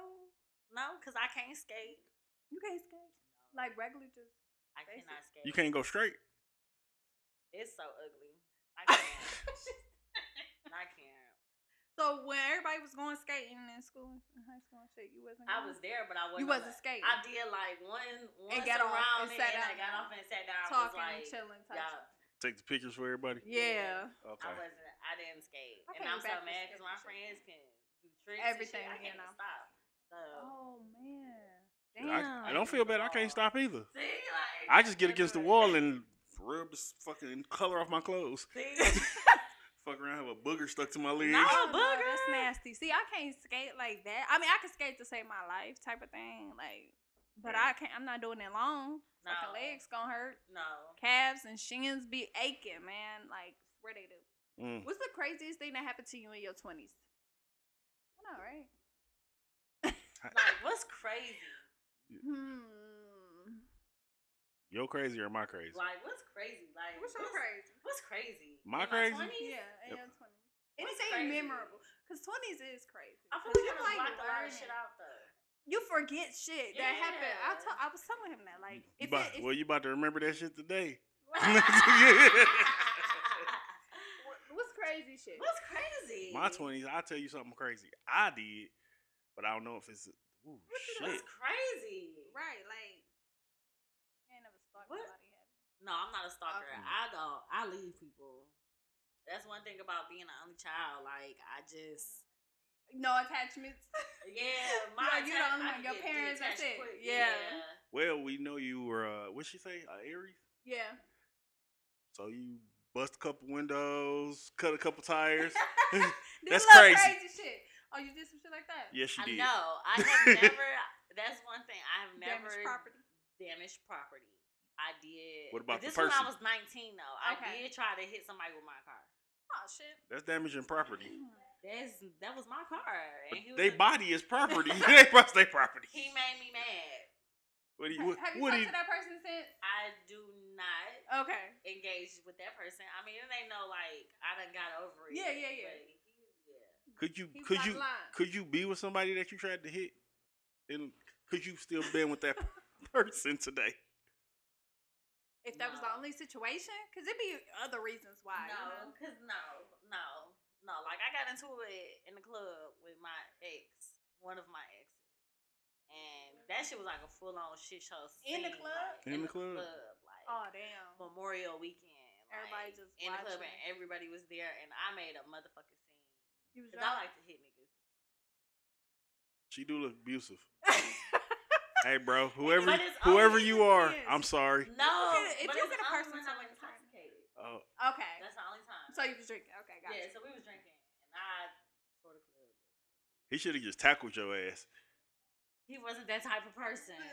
S3: No, because I can't skate.
S1: You can't skate like regular (laughs) just.
S3: I
S1: Basic.
S3: cannot skate.
S2: You can't go straight.
S3: It's so ugly.
S1: (laughs)
S3: I can't. I can't.
S1: So when everybody was going skating in school, in high school and shit, you wasn't.
S3: I
S1: going?
S3: was there, but I wasn't.
S1: You
S3: on
S1: wasn't
S3: the-
S1: skating.
S3: I did like one once
S1: got off
S3: around
S1: and
S3: it,
S1: sat
S3: and I
S1: down.
S3: got off and sat down. I was
S1: talking
S3: like,
S1: and chilling, type
S3: yeah,
S1: shit.
S2: Take the pictures for everybody.
S1: Yeah.
S3: I
S2: Okay.
S3: wasn't. I didn't skate,
S1: I
S3: and
S1: can't
S3: I'm so
S1: back
S3: mad
S1: this
S3: because my
S1: shit.
S3: friends can do tricks.
S1: Everything,
S3: and shit. I
S1: you
S3: can't
S1: know.
S3: stop. So
S1: Oh man. Damn.
S2: I, I don't feel bad. I can't stop either.
S3: see, like
S2: I just get against the
S3: (laughs)
S2: wall
S3: and.
S2: and rub this fucking color off my clothes. Fuck around, have a booger stuck to my legs.
S3: No.
S1: Oh, no,
S3: booger.
S1: that's nasty. See, I can't skate like that. I mean, I can skate to save my life, type of thing. Like, but I can't. I'm not doing it long.
S3: No.
S1: Fucking legs gonna hurt.
S3: No.
S1: Calves and shins be aching, man. Like, swear they do.
S2: Mm.
S1: What's the craziest thing that happened to you in your twenties? I know, right?
S3: Like what's crazy?
S1: Hmm.
S2: Yo, crazy or my crazy?
S3: Like what's crazy? Like
S1: What's so crazy?
S3: What's crazy?
S2: My
S3: In
S2: crazy?
S3: 20s?
S1: Yeah, in
S2: Yep.
S1: your twenties.
S3: What's
S1: Anything
S3: crazy?
S1: memorable? Cause twenties is crazy.
S3: I feel
S1: 'Cause
S3: like I
S1: like,
S3: like block a lot of
S1: learning.
S3: shit out
S2: (laughs)
S3: though.
S1: You forget shit that happened. I
S3: Yeah.
S1: told I was telling him that like
S2: You
S1: if
S2: about-
S1: it, if,
S2: well, you about to remember that shit today.
S1: wh- what's crazy shit?
S3: What's crazy?
S2: My twenties, I'll tell you something crazy. I did, but I don't know if it's ooh,
S3: What the-
S2: shit.
S3: What's crazy?
S1: Right, like you ain't never stalked
S3: What?
S1: nobody. have you?
S3: No, I'm not a stalker.
S1: Okay.
S3: I don't. I leave people. That's one thing about being an only child. Like I just,
S1: No attachments. (laughs)
S3: yeah, my
S1: Like, you
S3: atta-
S1: don't
S3: I
S1: know
S3: can
S1: your
S3: get
S1: parents, that's it.
S3: detached quick,
S1: Yeah.
S2: Well, we know you were uh, what she say, uh, Aries.
S1: yeah.
S2: So you bust a couple windows, cut a couple
S1: (laughs)
S2: tires.
S1: This
S2: That's
S1: little
S2: crazy.
S1: crazy shit. Oh, you did some shit like that?
S2: yes, she
S3: I
S2: (laughs) did.
S3: know. I have never. That's one thing I've never
S1: Damaged property.
S3: damaged property. I did.
S2: What about the
S3: this when
S2: person?
S3: I was 19 though? I
S1: Okay.
S3: did try to hit somebody with my car.
S1: Oh shit. (clears throat)
S2: That's damaging property.
S3: That's that was my car,
S2: But
S3: and he was
S2: they
S3: a-
S2: body is
S1: (laughs)
S2: property. (laughs) they bust their property.
S3: He made me mad.
S2: What do you? What,
S1: Have you
S2: what
S1: talked
S2: do
S1: to
S2: you?
S1: that person since?
S3: I do not
S1: Okay.
S3: engaged with that person. I mean, it ain't no like I done got over it.
S1: Yeah, yeah, yeah.
S3: but he- yeah.
S2: Could you?
S1: He's
S2: Could
S1: not
S2: you?
S1: lying.
S2: Could you be with somebody that you tried to hit? And could you still been with that (laughs) person today?
S1: if that was the
S3: No.
S1: only situation, because it'd be other reasons why. you
S3: No,
S1: know?
S3: cause no, no, no. Like I got into it in the club with my ex, one of my exes, and that shit was like a full on shit show.
S1: In the
S3: scene,
S1: club?
S3: like,
S2: In the club?
S3: like
S1: Oh damn.
S3: Memorial weekend.
S1: Everybody
S3: like,
S1: just
S3: in the club,
S1: watching.
S3: and everybody was there, and I made a motherfucking scene.
S1: You was
S3: Cause I
S1: drunk.
S3: like to hit niggas.
S2: She do look abusive. hey,
S1: (laughs)
S2: bro, whoever
S3: But it's
S2: whoever
S3: only
S2: you are,
S1: years.
S2: I'm sorry.
S3: No,
S1: If
S3: but
S1: you
S3: it's
S1: hit a
S3: only
S1: person
S3: when
S1: so
S3: I'm
S1: many times.
S3: intoxicated.
S2: Oh,
S1: (laughs) okay.
S3: That's the only time.
S1: So you was drinking. Okay, gotcha.
S3: yeah, so we was drinking, and I tore the club.
S2: he should have just tackled your ass.
S3: He wasn't that type of (laughs) person. (sighs)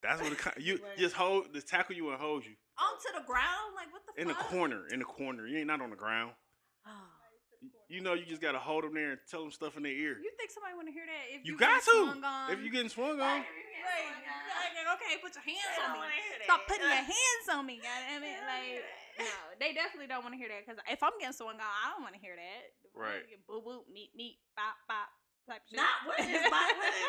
S2: That's what it, ki- you
S3: Right.
S2: just hold, just tackle you and hold you
S1: Onto the ground, like what the
S2: in the
S1: fuck?
S2: corner, in the corner. You ain't not on the ground.
S3: Oh,
S2: You know, you just gotta hold them there and tell them stuff in their ear.
S1: You think somebody want to hear that? If you,
S2: You got
S1: get
S2: to.
S1: swung On,
S2: If you getting swung on,
S3: Like,
S1: like, like, okay, put your hands on
S3: I don't
S1: me.
S3: wanna hear
S1: Stop
S3: that.
S1: putting
S3: (laughs)
S1: your hands on me, goddamn
S3: I
S1: it!
S3: don't
S1: Like,
S3: wanna hear that.
S1: no, they definitely don't want to hear that because if I'm getting swung on, I don't want to hear that.
S2: Right.
S1: Boo boo, meet meet, bop bop, type shit.
S3: (laughs) Not what is (laughs) my- what is-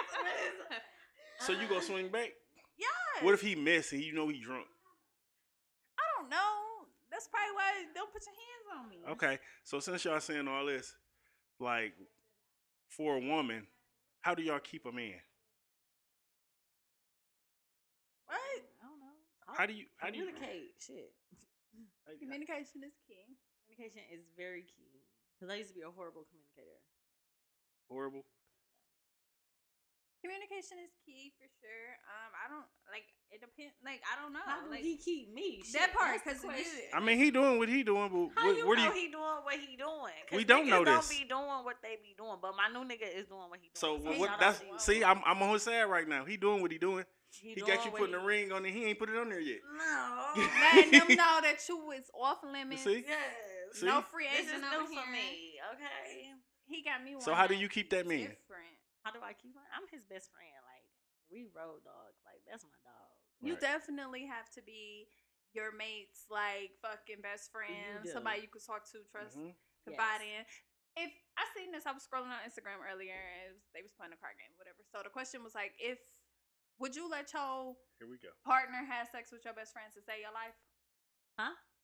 S1: (laughs)
S3: what is-
S2: so you
S3: uh,
S2: gonna swing back.
S1: Yes.
S2: What if he missed and you know he drunk?
S3: Mm-hmm.
S1: I don't know. That's probably why don't put your hands on me.
S2: Okay, so since y'all saying all this, like for a woman, how do y'all keep a man?
S1: What?
S3: I don't know.
S2: How do you? How do you?
S3: communicate? Shit,
S1: Communication is king.
S3: communication is very key. Cause I used to be a horrible communicator.
S2: Horrible.
S1: Communication is key for sure. Um, I don't like it. Depend. Like I don't know.
S3: How do
S1: like,
S3: he keep me? Shit,
S1: That part,
S3: that's
S1: 'cause
S3: the
S1: you-
S3: question.
S2: I mean, he doing what he doing, but
S3: How
S2: what,
S3: you
S2: where do
S3: know
S2: you?
S3: he doing what he doing? 'Cause
S2: We don't
S3: niggas
S2: know this.
S3: Don't be doing what they be doing, but my new nigga is doing what he doing.
S2: So
S1: he
S2: what?
S1: not
S2: That's
S1: on the
S2: see,
S1: wall.
S2: I'm I'm on his side right now. He doing what he doing.
S3: he,
S2: He, got
S3: doing
S2: you
S3: what
S2: putting
S3: he-
S2: a ring on it. He ain't put it on there
S1: Mm-hmm.
S2: yet.
S3: (laughs) No.
S1: letting
S2: (laughs)
S1: them know that you was off limits.
S2: see?
S3: yes.
S2: See?
S1: No free
S3: This is
S1: agent over
S3: new for
S1: here.
S3: me. Okay.
S1: He got me. One
S2: So how do
S1: night.
S2: you keep that man?
S1: Different.
S3: How do I keep on? I'm his best friend. Like we road dogs. Like that's my dog.
S1: You
S2: Right.
S1: definitely have to be your mate's like fucking best friend,
S3: do.
S1: somebody you could talk to, trust,
S2: Mhm.
S1: confide in. If I seen this, I was scrolling on Instagram earlier, and it was, they was playing a card game, whatever. So the question was like, if would you let your
S2: Here we go.
S1: partner have sex with your best friend to save your life?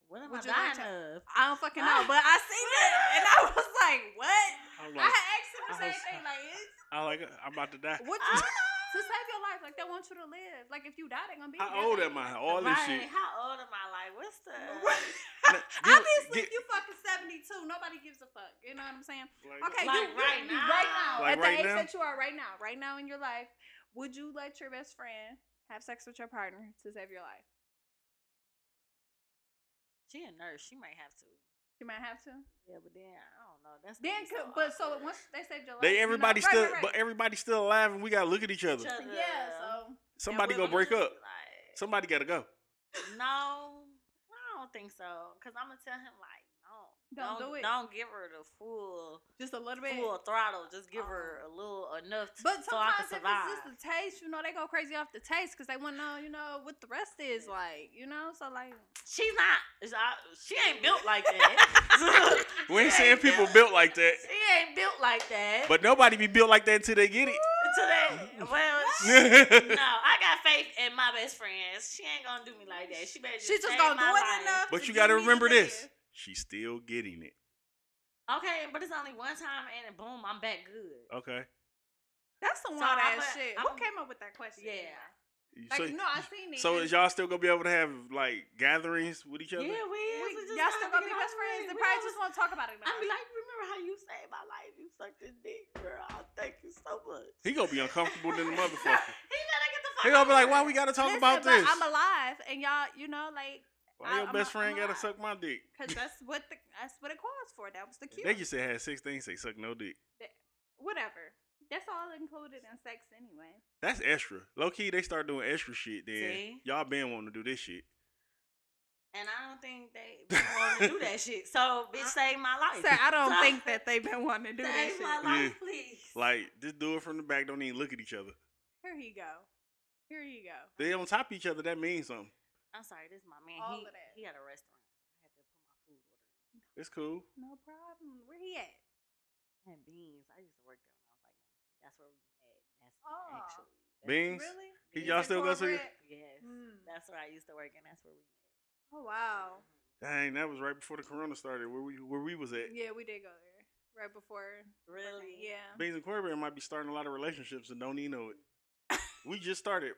S3: What am
S1: Would you
S3: I
S1: like
S3: dying of?
S1: I don't fucking know,
S2: (laughs)
S1: but I seen that, and I
S3: (laughs)
S1: was like, what?
S2: I'm
S1: I
S2: like,
S1: had asked him the
S2: I
S1: same
S2: was-
S1: thing, like, it's-
S2: I like, I'm about to die.
S1: what you, to save your life, like they want you to live. Like if you die, they gonna be.
S2: How
S1: there.
S2: old am
S1: (laughs)
S2: I? All this
S3: right.
S2: shit.
S3: How old am I? Like what's the?
S2: Now, give-
S1: Obviously,
S2: give-
S1: if you fucking seventy two, nobody gives a fuck. You know what I'm saying?
S2: like,
S1: Okay,
S3: Like
S1: you
S3: right
S1: right now, right now,
S3: now.
S2: Like
S1: at
S2: right
S1: the age
S2: now?
S1: that you are right now, right now in your life, would you let your best friend have sex with your partner to save your life?
S3: She a nurse. She might have to.
S1: You might have to.
S3: Yeah, but then I don't know. That's gonna
S1: Then,
S3: be so
S1: could, but so
S3: awkward.
S1: once they saved your life,
S2: They
S1: you know-
S2: everybody
S1: right,
S2: still,
S1: right,
S2: but
S1: right.
S2: everybody still alive, and we gotta look at each other.
S3: Each other.
S1: yeah. So
S2: Somebody
S3: And
S2: gonna
S3: women
S2: break up.
S3: just like,
S2: Somebody gotta go.
S3: no, I don't think so. Cause I'm gonna tell him like, no,
S1: Don't do it.
S3: Don't give her the full
S1: just a little bit.
S3: full throttle. Just give her a little enough. To,
S1: But
S3: so I
S1: sometimes
S3: can
S1: if
S3: survive.
S1: it's just the taste, you know, they go crazy off the taste because they want to know, you know, what the rest is
S3: Yeah.
S1: like, you know. So like,
S3: She's not. it's- I- She ain't built like that. (laughs)
S2: We ain't
S3: She
S2: saying people
S3: built-
S2: built like that,
S3: She ain't built like that.
S2: but nobody be built like that until they get
S3: to
S2: (laughs)
S3: that, well, (laughs) she- no,
S2: it.
S3: I got faith in my best friends. She ain't gonna do me like that. She better just.
S1: She just
S3: save
S1: gonna
S3: my
S1: do it
S3: life.
S1: enough.
S2: but
S1: to
S2: you
S1: get
S2: gotta
S1: me to
S2: remember
S1: live.
S2: this: she's still getting it.
S3: Okay, but it's only one time, and boom, I'm back good.
S2: Okay.
S1: That's some
S3: So
S1: wild
S3: I'ma-
S1: ass shit. Who
S3: I'ma-
S1: came up with that question?
S3: Yeah.
S1: Like,
S2: so,
S1: no, I seen it. and
S2: so is y'all still gonna be able to have like gatherings with each
S3: Yeah,
S2: other?
S1: we-
S3: we, is. We just
S1: y'all still gonna
S3: gotta
S1: be
S3: get
S1: best
S3: over
S1: friends?
S3: it.
S1: They
S3: We
S1: probably
S3: always-
S1: just want to talk about it. Now.
S3: I'd be like, remember how you saved my life? You sucked this dick, girl. I thank you so much.
S2: He gonna be uncomfortable
S1: (laughs)
S2: than the
S3: (laughs) he
S2: motherfucker.
S3: better get the fuck.
S2: He gonna be
S3: out
S2: like,
S3: of
S2: "Why
S3: here."
S2: we gotta talk
S1: Listen,
S2: about
S1: but
S2: this?
S1: I'm alive, and y'all, you know, like,
S2: Why your
S1: I'm
S2: best
S1: a- I'm
S2: friend gotta
S1: alive.
S2: suck my dick?"
S1: cause that's what the that's what it calls for. That was the cue.
S2: They just said had six things. They suck no dick.
S1: Whatever. That's all included in sex anyway.
S2: That's extra. Low key, they start doing extra shit. Then
S3: See?
S2: y'all been wanting to do this shit.
S3: And I don't think they want to do
S1: (laughs)
S3: that shit. So, bitch, save my life.
S1: Sir, I don't
S3: So-
S1: think that they've been wanting to do Uh, that
S3: (laughs) Save
S1: shit.
S3: my
S2: Yeah.
S3: life, please.
S2: Like just do it from the back. Don't even look at each other.
S1: Here you go. Here you go.
S2: They on top of each other. That means something.
S3: I'm sorry, this is my man.
S1: All
S3: he,
S1: of that.
S3: he had a restaurant. I had to put my food order.
S2: It's cool.
S1: No problem. Where he at?
S3: in. I had beans. I used to work there when I was like, 19. that's where we met. That's
S1: Oh.
S3: actually. that's-
S2: Beans.
S1: Really?
S2: He-
S3: Beans
S2: y'all
S3: and
S2: still go to?
S1: Cornbread?
S3: Yes.
S1: Mm.
S3: That's where I used to work, and that's where we met. Mm-hmm.
S1: Oh wow.
S2: Dang, that was right before the corona started. Where we where we was at.
S1: Yeah, we did go there right before.
S3: Really?
S1: Yeah.
S2: Beans and Cornbread might be starting a lot of relationships and don't even know it. we just
S1: (laughs)
S2: started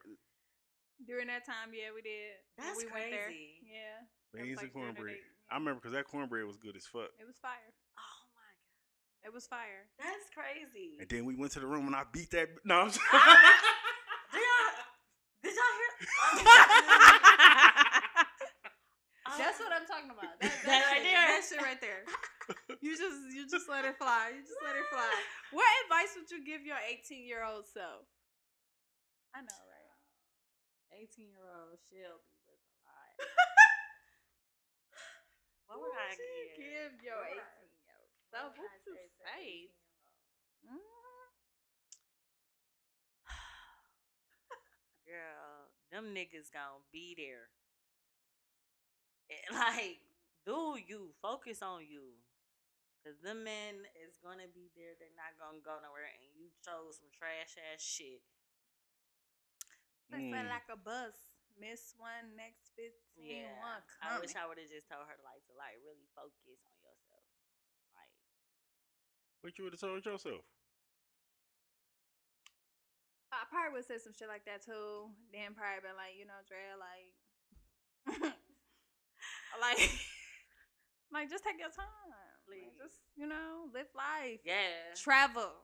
S1: During that time, yeah, we did. When
S3: That's
S1: we went there.
S3: crazy.
S1: Yeah. That was,
S2: beans
S1: like,
S2: and
S1: during the
S2: cornbread.
S1: date,
S2: I remember because that cornbread was good as fuck.
S1: It was fire.
S3: Oh my god,
S1: It was fire.
S3: that's crazy. (laughs)
S2: And then we went to the room and I beat that. b- (laughs) No, I'm sorry.
S3: did y'all? Did y'all hear?
S1: (laughs)
S2: (laughs)
S3: Oh,
S1: That's
S3: (laughs)
S1: what I'm talking
S2: (laughs)
S1: about. That, that,
S3: That
S1: shit,
S3: right there.
S1: That shit right there. You just you just let it fly. You just let it fly. What advice would you give your 18 year old self? I know, right?
S3: 18 year old Shelby was a lot. what would I
S1: would you
S3: give?
S1: give your
S3: What would I-
S1: 18 year old self? What
S3: would I
S1: would you
S3: to
S1: say? Mm,
S3: 18-year-old? (sighs) Girl, them niggas gonna be there. Eh, (laughs) Like, do you focus on you? Cause them men is gonna be there. They're not gonna go nowhere, and you chose some trash ass shit.
S1: They sound
S2: Mm.
S1: like a bus. Miss one, next 15,
S3: Yeah,
S1: one
S3: I
S1: coming.
S3: wish I would have just told her like to like really focus on yourself. Like, (laughs)
S2: What you would have told yourself?
S1: I probably would say some shit like that too. Then probably been like, you know, Dre, like, (laughs) like, (laughs) like just take your time. Like,
S3: Please.
S1: just you know, live life.
S3: yeah,
S1: Travel,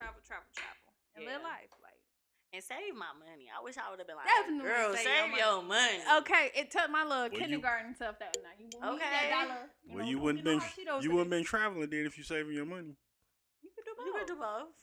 S1: travel, travel, travel, and live
S3: Yeah.
S1: life. Like,
S3: and save my money. I wish I would have been like,
S1: Definitely
S3: girl,
S1: save
S3: save,
S1: your money."
S3: your money.
S1: okay, it took my little
S2: Well, you-
S1: kindergarten self that now. You want okay.
S3: Okay.
S1: that dollar?
S2: well,
S1: know,
S2: you wouldn't
S1: know
S2: been
S1: how she knows
S2: you
S1: it
S2: wouldn't
S1: is.
S2: been traveling then if you saving your money.
S1: You could do both.
S3: You could do both.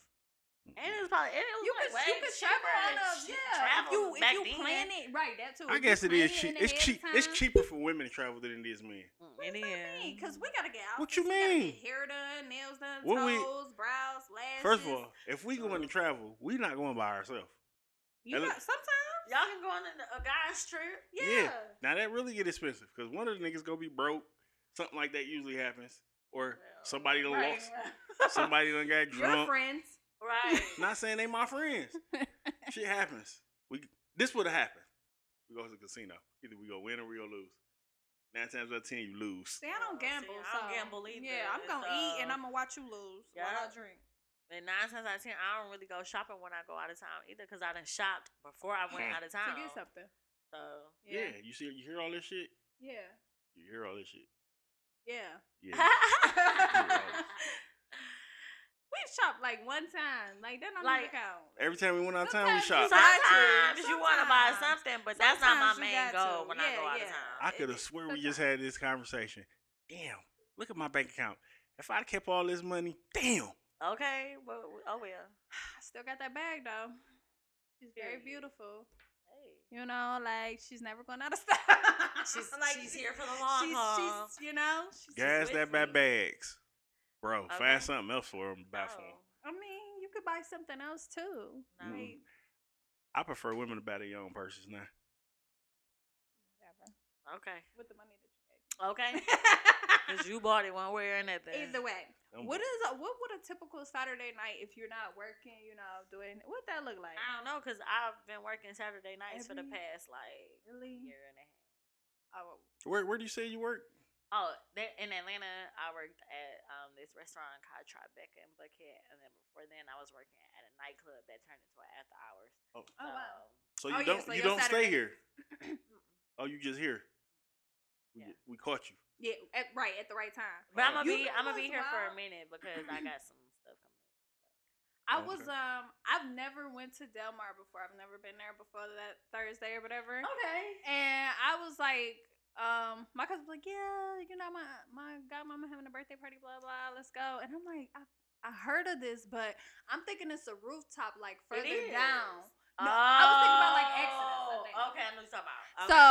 S3: And it was probably and it was
S1: You
S3: like
S1: could, you
S3: way
S1: could
S3: cheaper
S1: travel on
S3: and
S1: a
S3: shit
S1: yeah.
S3: travel
S1: if you if
S3: back
S1: you
S3: then. Mm,
S1: plan it right, that too.
S2: I
S1: If you
S2: guess it is
S1: plan
S2: cheap.
S1: in ahead
S2: It's
S1: of
S2: cheap. It's
S1: time,
S2: cheaper for women to travel than it is men.
S3: Mm,
S1: What does
S3: it
S1: that
S3: is.
S1: mean? Because we gotta get outfits.
S2: What you
S1: we gotta
S2: mean?
S1: get hair done, nails done,
S2: What we-
S1: toes, brows, lashes.
S2: First of all, if we going to
S3: So-
S2: travel, we not going by ourselves.
S1: you
S2: look-
S1: got, sometimes,
S3: y'all can go on a, a guy's (laughs) trip.
S1: yeah.
S2: Now that really get expensive because one of the niggas gonna be broke. Something like that usually happens, or
S3: Well,
S2: somebody done
S1: right.
S2: lost,
S1: (laughs)
S2: somebody done got
S1: Your
S2: drunk.
S1: friends.
S3: Right.
S2: Not saying they my friends.
S1: (laughs)
S2: Shit happens. We this would have happened. We go to the casino. Either we go win or we go lose. Nine times out of ten, you lose.
S1: See, I don't
S3: Oh, see,
S1: gamble.
S3: I don't
S1: so,
S3: gamble either,
S1: Yeah, I'm gonna eat and
S3: so-
S1: I'm gonna watch you lose while I
S3: Yeah.
S1: drink.
S3: and nine times out of ten, I don't really go shopping when I go out of town either, because I done shopped before I went
S2: Mhm.
S3: out of
S1: To
S3: town.
S1: get something.
S3: So
S2: Yeah.
S1: Yeah.
S2: you see, you hear all this shit.
S1: Yeah.
S2: You hear all this shit.
S1: Yeah. (laughs)
S2: Yeah,
S1: We shopped like one time. Like that don't
S3: Like-
S1: even count.
S2: Every time we went out of town, we
S1: Sometimes
S2: shop.
S1: you-
S3: sometimes
S1: Sometimes.
S3: you want to buy
S1: Sometimes.
S3: something, but that's not my
S1: Sometimes you got
S3: main goal
S1: to.
S3: when I
S1: Yeah,
S3: go out
S1: yeah.
S3: of town.
S2: I
S1: it-
S2: could have
S1: it-
S2: swear we just had this conversation. Damn, look at my bank account. If I'd kept all this money, damn.
S3: Okay, but oh well.
S1: (sighs) I still got that bag though. She's very
S3: Period.
S1: beautiful.
S3: Hey.
S1: You know, like she's never going out of (laughs) style.
S3: (laughs) She's
S1: (laughs) like
S3: she's here for the long
S1: she's,
S3: haul.
S1: she's, you know, she's
S2: Gas
S3: with
S2: that bad
S3: me.
S2: bags. Bro,
S3: Okay.
S2: find something else for him. Buy for
S3: No.
S2: him.
S1: I mean, you could buy something else too.
S3: No.
S1: Like,
S2: I prefer women to buy their own purses now.
S1: whatever.
S3: Oh, Okay.
S1: With the money that you gave. (laughs)
S3: Okay. Cause you bought it one way or another.
S1: Either way,
S2: Them-
S1: what is a, what would a typical Saturday night if you're not working? You know, doing what that look like?
S3: I don't know, cause I've been working Saturday nights for the
S1: Every-
S3: past like
S1: Really?
S3: year and a half.
S1: Oh,
S2: Where Where do you say you work?
S3: Oh, there, in Atlanta, I worked at um, this restaurant called Tribeca in Buckhead, and then before then, I was working at a nightclub that turned into an after hours.
S1: oh wow.
S2: So
S1: Oh, yeah,
S2: you don't
S1: so
S2: you
S1: your
S2: don't
S1: Saturday-
S2: stay here. Oh, you just here. We,
S1: Yeah.
S2: we caught you.
S1: (clears throat) Yeah, at, right at the right time.
S3: But I'm gonna
S1: You
S3: be
S1: know
S3: I'm gonna be
S1: what's
S3: here for a
S1: wild? (clears throat)
S3: minute because I got some stuff coming. up.
S1: I
S2: Okay.
S1: was um I've never went to Delmar before. I've never been there before that Thursday or whatever.
S3: Okay.
S1: And I was like, um, my cousin was like, yeah, you know, my my godmama having a birthday party, blah blah. Let's go. And I'm like, I I heard of this, but I'm thinking it's a rooftop like
S3: It
S1: further
S3: is.
S1: down. No, I was thinking about, like, Exodus, I
S3: Oh,
S1: think.
S3: Okay, I know what you're talking about. Okay.
S1: So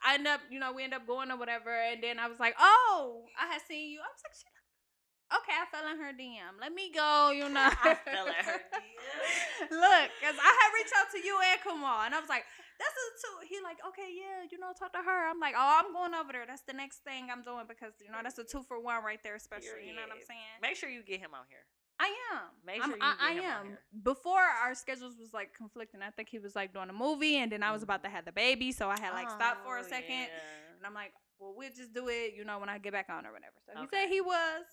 S1: I end up, you know, we end up going or whatever, and then I was like, oh, I had seen you. I was like, she look- okay, I fell in her DM. Let me go, (laughs) you know.
S3: (laughs) I fell at
S1: (laughs)
S3: her DM.
S1: Look, because I had reached out to you and Kamal, and I was like, that's a two. He like, okay, yeah, you know, talk to her. I'm like, oh, I'm going over there. That's the next thing I'm doing because you know that's a two for one right there, especially. You know what I'm
S3: Period.
S1: saying?
S3: Make sure you get him out here.
S1: I am.
S3: Make
S1: I'm-
S3: sure you
S1: I,
S3: get
S1: I
S3: him out
S1: am.
S3: here.
S1: Before our schedules was like conflicting. I think he was like doing a movie, and then I was about to have the baby, so I had like stopped for a
S3: Mm-hmm. Oh,
S1: second,
S3: yeah.
S1: and I'm like, well, we'll just do it, you know, when I get back on or whatever. So he
S3: Okay.
S1: said he was.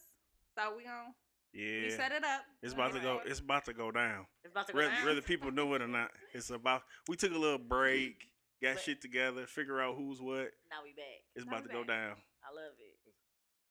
S1: So we gon' we
S2: Yeah,
S1: set it up.
S2: it's
S1: We'll
S2: about to
S1: get
S2: go.
S1: back.
S2: It's about to go down.
S3: It's about to go
S2: Whether,
S3: down.
S2: whether people know it or not, it's about. We took a
S1: (laughs)
S2: little break, got
S3: But-
S2: shit together, figure out who's what.
S3: Now we back.
S2: It's
S1: Now
S2: about to
S1: we
S2: go
S1: back.
S2: down.
S3: I love it.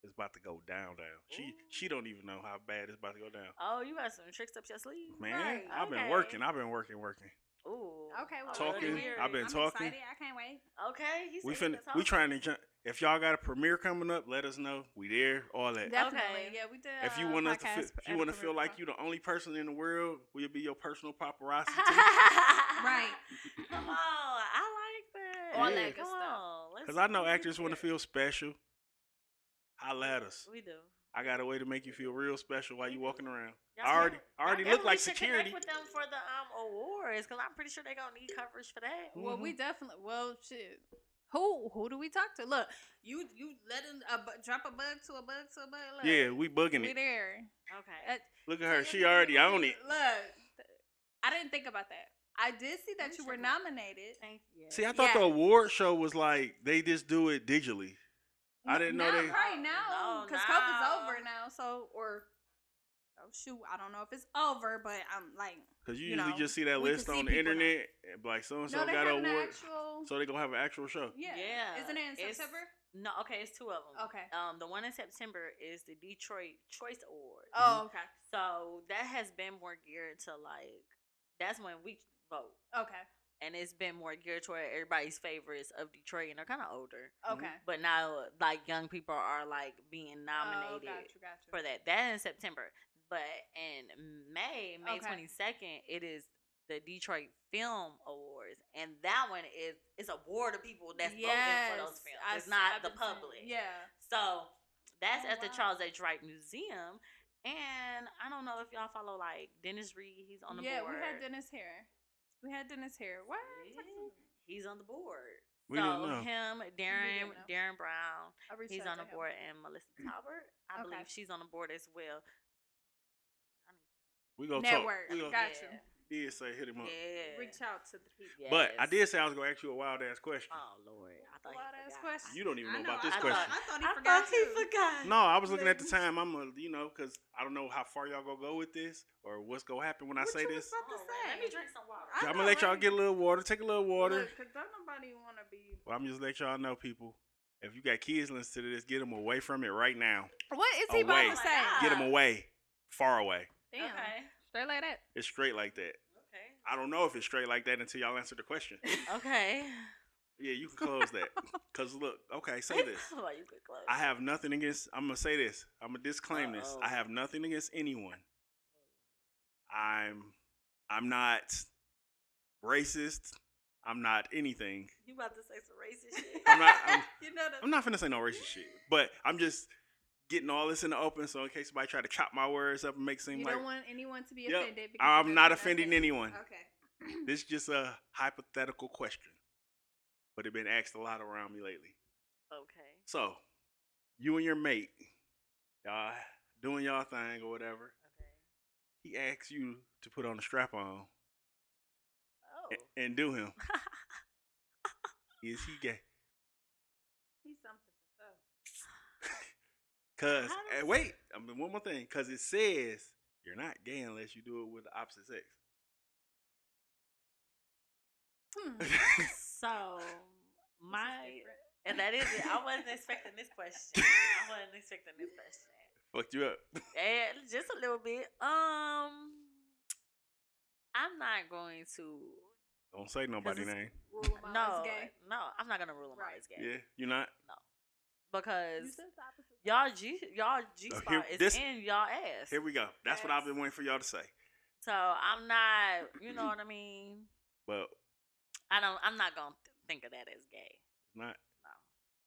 S2: It's about to go down, down. She
S3: Ooh.
S2: she don't even know how bad it's about to go down.
S3: Oh, you got some tricks up your sleeve.
S2: Man,
S1: Right,
S2: I've been
S3: okay.
S2: working. I've been working, working.
S3: Ooh.
S1: Okay,
S3: I
S1: well,
S3: love
S2: Talking,
S3: to
S1: I'm
S3: hear
S2: I've
S3: it.
S2: been
S1: I'm
S2: talking.
S1: Excited. I can't wait.
S3: Okay, he
S2: We
S3: said
S2: finna
S3: he been
S2: we
S3: talking. (laughs)
S2: trying to jump. If y'all got a premiere coming up, let us know. We there, all that.
S1: Definitely.
S3: Okay.
S1: Yeah, we did.
S2: if you
S1: uh,
S2: want us to,
S1: podcast
S2: feel, if
S1: at
S2: you
S1: a
S2: want to
S1: premiere
S2: feel like
S1: before.
S2: you the only person in the world, we'll be your personal paparazzi.
S3: (laughs)
S2: too.
S1: Right.
S3: right. Come on, I like that.
S2: All that
S1: good
S3: Come
S1: stuff.
S3: on, let's
S2: Cause I know
S3: do
S2: actors want to
S3: that.
S2: feel special. Holla at us.
S3: We do.
S2: I got a way to make you feel real special while you walking around.
S3: Y'all
S2: I already,
S3: should-
S2: I already
S3: y'all
S2: look like
S3: definitely should
S2: security.
S3: Connect with them for the um awards, cause I'm pretty sure they gonna need coverage for that.
S1: Well,
S2: Mm-hmm.
S1: we definitely. Well, shit. Who who do we talk to? Look, you you letting a bu- drop a bug to a bug to a bug. Look,
S2: Yeah, we bugging
S1: we
S2: it.
S1: there.
S3: Okay.
S1: Uh,
S2: Look at her.
S1: so
S2: She
S1: you-
S2: already on it.
S1: Look, I didn't think about that. I did see that
S3: We
S1: you were
S3: should go.
S1: nominated.
S3: Thank you.
S2: See, I thought the
S1: Yeah.
S2: award show was like they just do it digitally. I
S1: N-
S2: didn't know
S1: not
S2: they-
S1: right now
S3: No,
S1: because
S3: no.
S1: COVID's over now. So or oh shoot, I don't know if it's over, but I'm like
S2: Cause you,
S1: You
S2: usually
S1: know,
S2: just see that
S1: we can
S2: list
S1: see
S2: on the
S1: people now.
S2: internet, and be like so and so
S1: no, they
S2: got an
S1: have an
S2: award,
S1: actual.
S2: so they gonna have an actual show.
S1: yeah.
S3: Yeah,
S1: isn't it in
S3: it's-
S1: September?
S3: No, okay, it's two of them.
S1: Okay.
S3: Um, the one in September is the Detroit Choice Award.
S1: Oh, okay,
S3: So that has been more geared to like that's when we vote.
S1: okay,
S3: And it's been more geared toward everybody's favorites of Detroit and they're kinda older.
S1: okay.
S3: But now like young people are like being nominated
S1: Oh, got you, got you.
S3: for that. That in September. But in May, May
S1: Okay.
S3: twenty second, it is the Detroit Film Awards. And that one is it's a board of people that's voting for those
S1: Yes,
S3: films.
S1: I
S3: it's
S1: s-
S3: not
S1: I've
S3: the
S1: been seeing-
S3: public.
S1: Yeah.
S3: So that's
S1: Oh,
S3: at the
S1: wow.
S3: Charles H. Wright Museum. And I don't know if y'all follow like Dennis Reed, he's on the
S1: yeah,
S3: board.
S1: we had Dennis here. We had Dennis here. What?
S3: Yeah. He's on the board.
S2: We
S3: so
S2: didn't know.
S3: him, Darren,
S1: know.
S3: Darren Brown,
S1: I reached
S3: he's
S1: out
S3: on
S1: to
S3: the
S1: him.
S3: board, and Melissa
S2: Mm.
S3: Talbert, I
S1: Okay.
S3: believe she's on the board as well.
S2: We gonna
S1: Network.
S2: talk. We gonna
S1: Got
S3: Yeah.
S2: did say hit him up,
S3: Yeah.
S1: you. Reach out to the people.
S2: but I
S3: Yes.
S2: did say I was gonna ask you a wild ass question.
S3: Oh Lord, I thought
S1: Wild
S3: he
S1: ass
S3: forgot.
S1: question.
S2: You don't even know,
S1: I
S2: about this
S1: I
S2: question.
S1: Thought, I thought he
S3: I
S1: forgot.
S3: thought he
S1: too.
S3: forgot.
S2: No, I was
S1: (laughs)
S2: looking at the time. I'm a, you know, cause I don't know how far y'all gonna go with this or what's gonna happen when I
S1: What
S2: say
S1: you was
S2: this.
S1: about to
S3: Hold on, Oh, Let
S1: say?
S3: me drink some water.
S1: I (laughs)
S2: I'm
S1: know,
S2: gonna let y'all
S1: right?
S2: get a little water. Take a little water.
S1: Look, Cause don't nobody want to be.
S2: Well, I'm just let y'all know, people. If you got kids listening to this, get them away from it right now.
S1: What is he about
S2: Away.
S1: to say?
S2: Oh, Get them
S3: Ah.
S2: away, far away.
S1: Damn.
S3: Okay.
S1: Straight like that.
S2: It's straight like that.
S3: Okay.
S2: I don't know if it's straight like that until y'all answer the question.
S3: Okay. (laughs)
S2: Yeah, you can
S1: (laughs)
S2: close that. Cause look, okay, say this.
S3: Well, you could close.
S2: I have nothing against. I'm gonna say this. I'm gonna disclaim this. I
S3: Uh-oh.
S2: have nothing against anyone. I'm, I'm not racist. I'm not anything.
S3: You about to say some racist shit?
S2: (laughs) (laughs) I'm not. I'm,
S1: (laughs) You know that.
S2: I'm not finna say no racist shit, but I'm just getting all this in the open. So in case somebody try to chop my words up and make it seem
S1: You
S2: like
S1: don't want anyone to be
S2: Yep.
S1: offended. because
S2: I'm
S1: of
S2: not
S1: what I
S2: offending
S1: said.
S2: anyone.
S1: Okay.
S2: This is just a hypothetical question, but it been asked a lot around me lately.
S3: Okay.
S2: So, you and your mate, y'all doing y'all thing or whatever.
S3: Okay.
S2: He asks you to put on a strap on
S3: Oh.
S2: a- and, do
S3: (laughs)
S2: him. Is he gay?
S1: He's something. for sure.
S2: Cause
S3: How
S2: eh,
S3: does-
S2: wait, I mean one more thing. Cause it says you're not gay unless you do it with the opposite sex.
S1: (laughs) Hmm.
S3: so my
S1: different.
S3: and that is it. I wasn't expecting this question. I wasn't expecting this question.
S2: (laughs) Fucked you up. (laughs)
S3: And just a little bit. Um, I'm not going to.
S2: Don't say nobody
S3: it's-
S2: name.
S1: Rule of all is
S3: No,
S1: gay.
S3: no, I'm not gonna rule him out
S1: Right.
S3: as gay
S2: Yeah, you're not.
S1: You
S3: because
S1: said the opposite
S3: Y'all G y'all G
S2: Oh,
S3: spot
S2: here-
S3: is
S2: this-
S3: in y'all ass.
S2: Here we go. That's what I've
S3: Yes.
S2: been waiting for y'all to say.
S3: so I'm not you
S2: (clears throat)
S3: know what I mean?
S2: But
S3: I don't I'm not gonna th- think of that as gay.
S2: not
S3: No.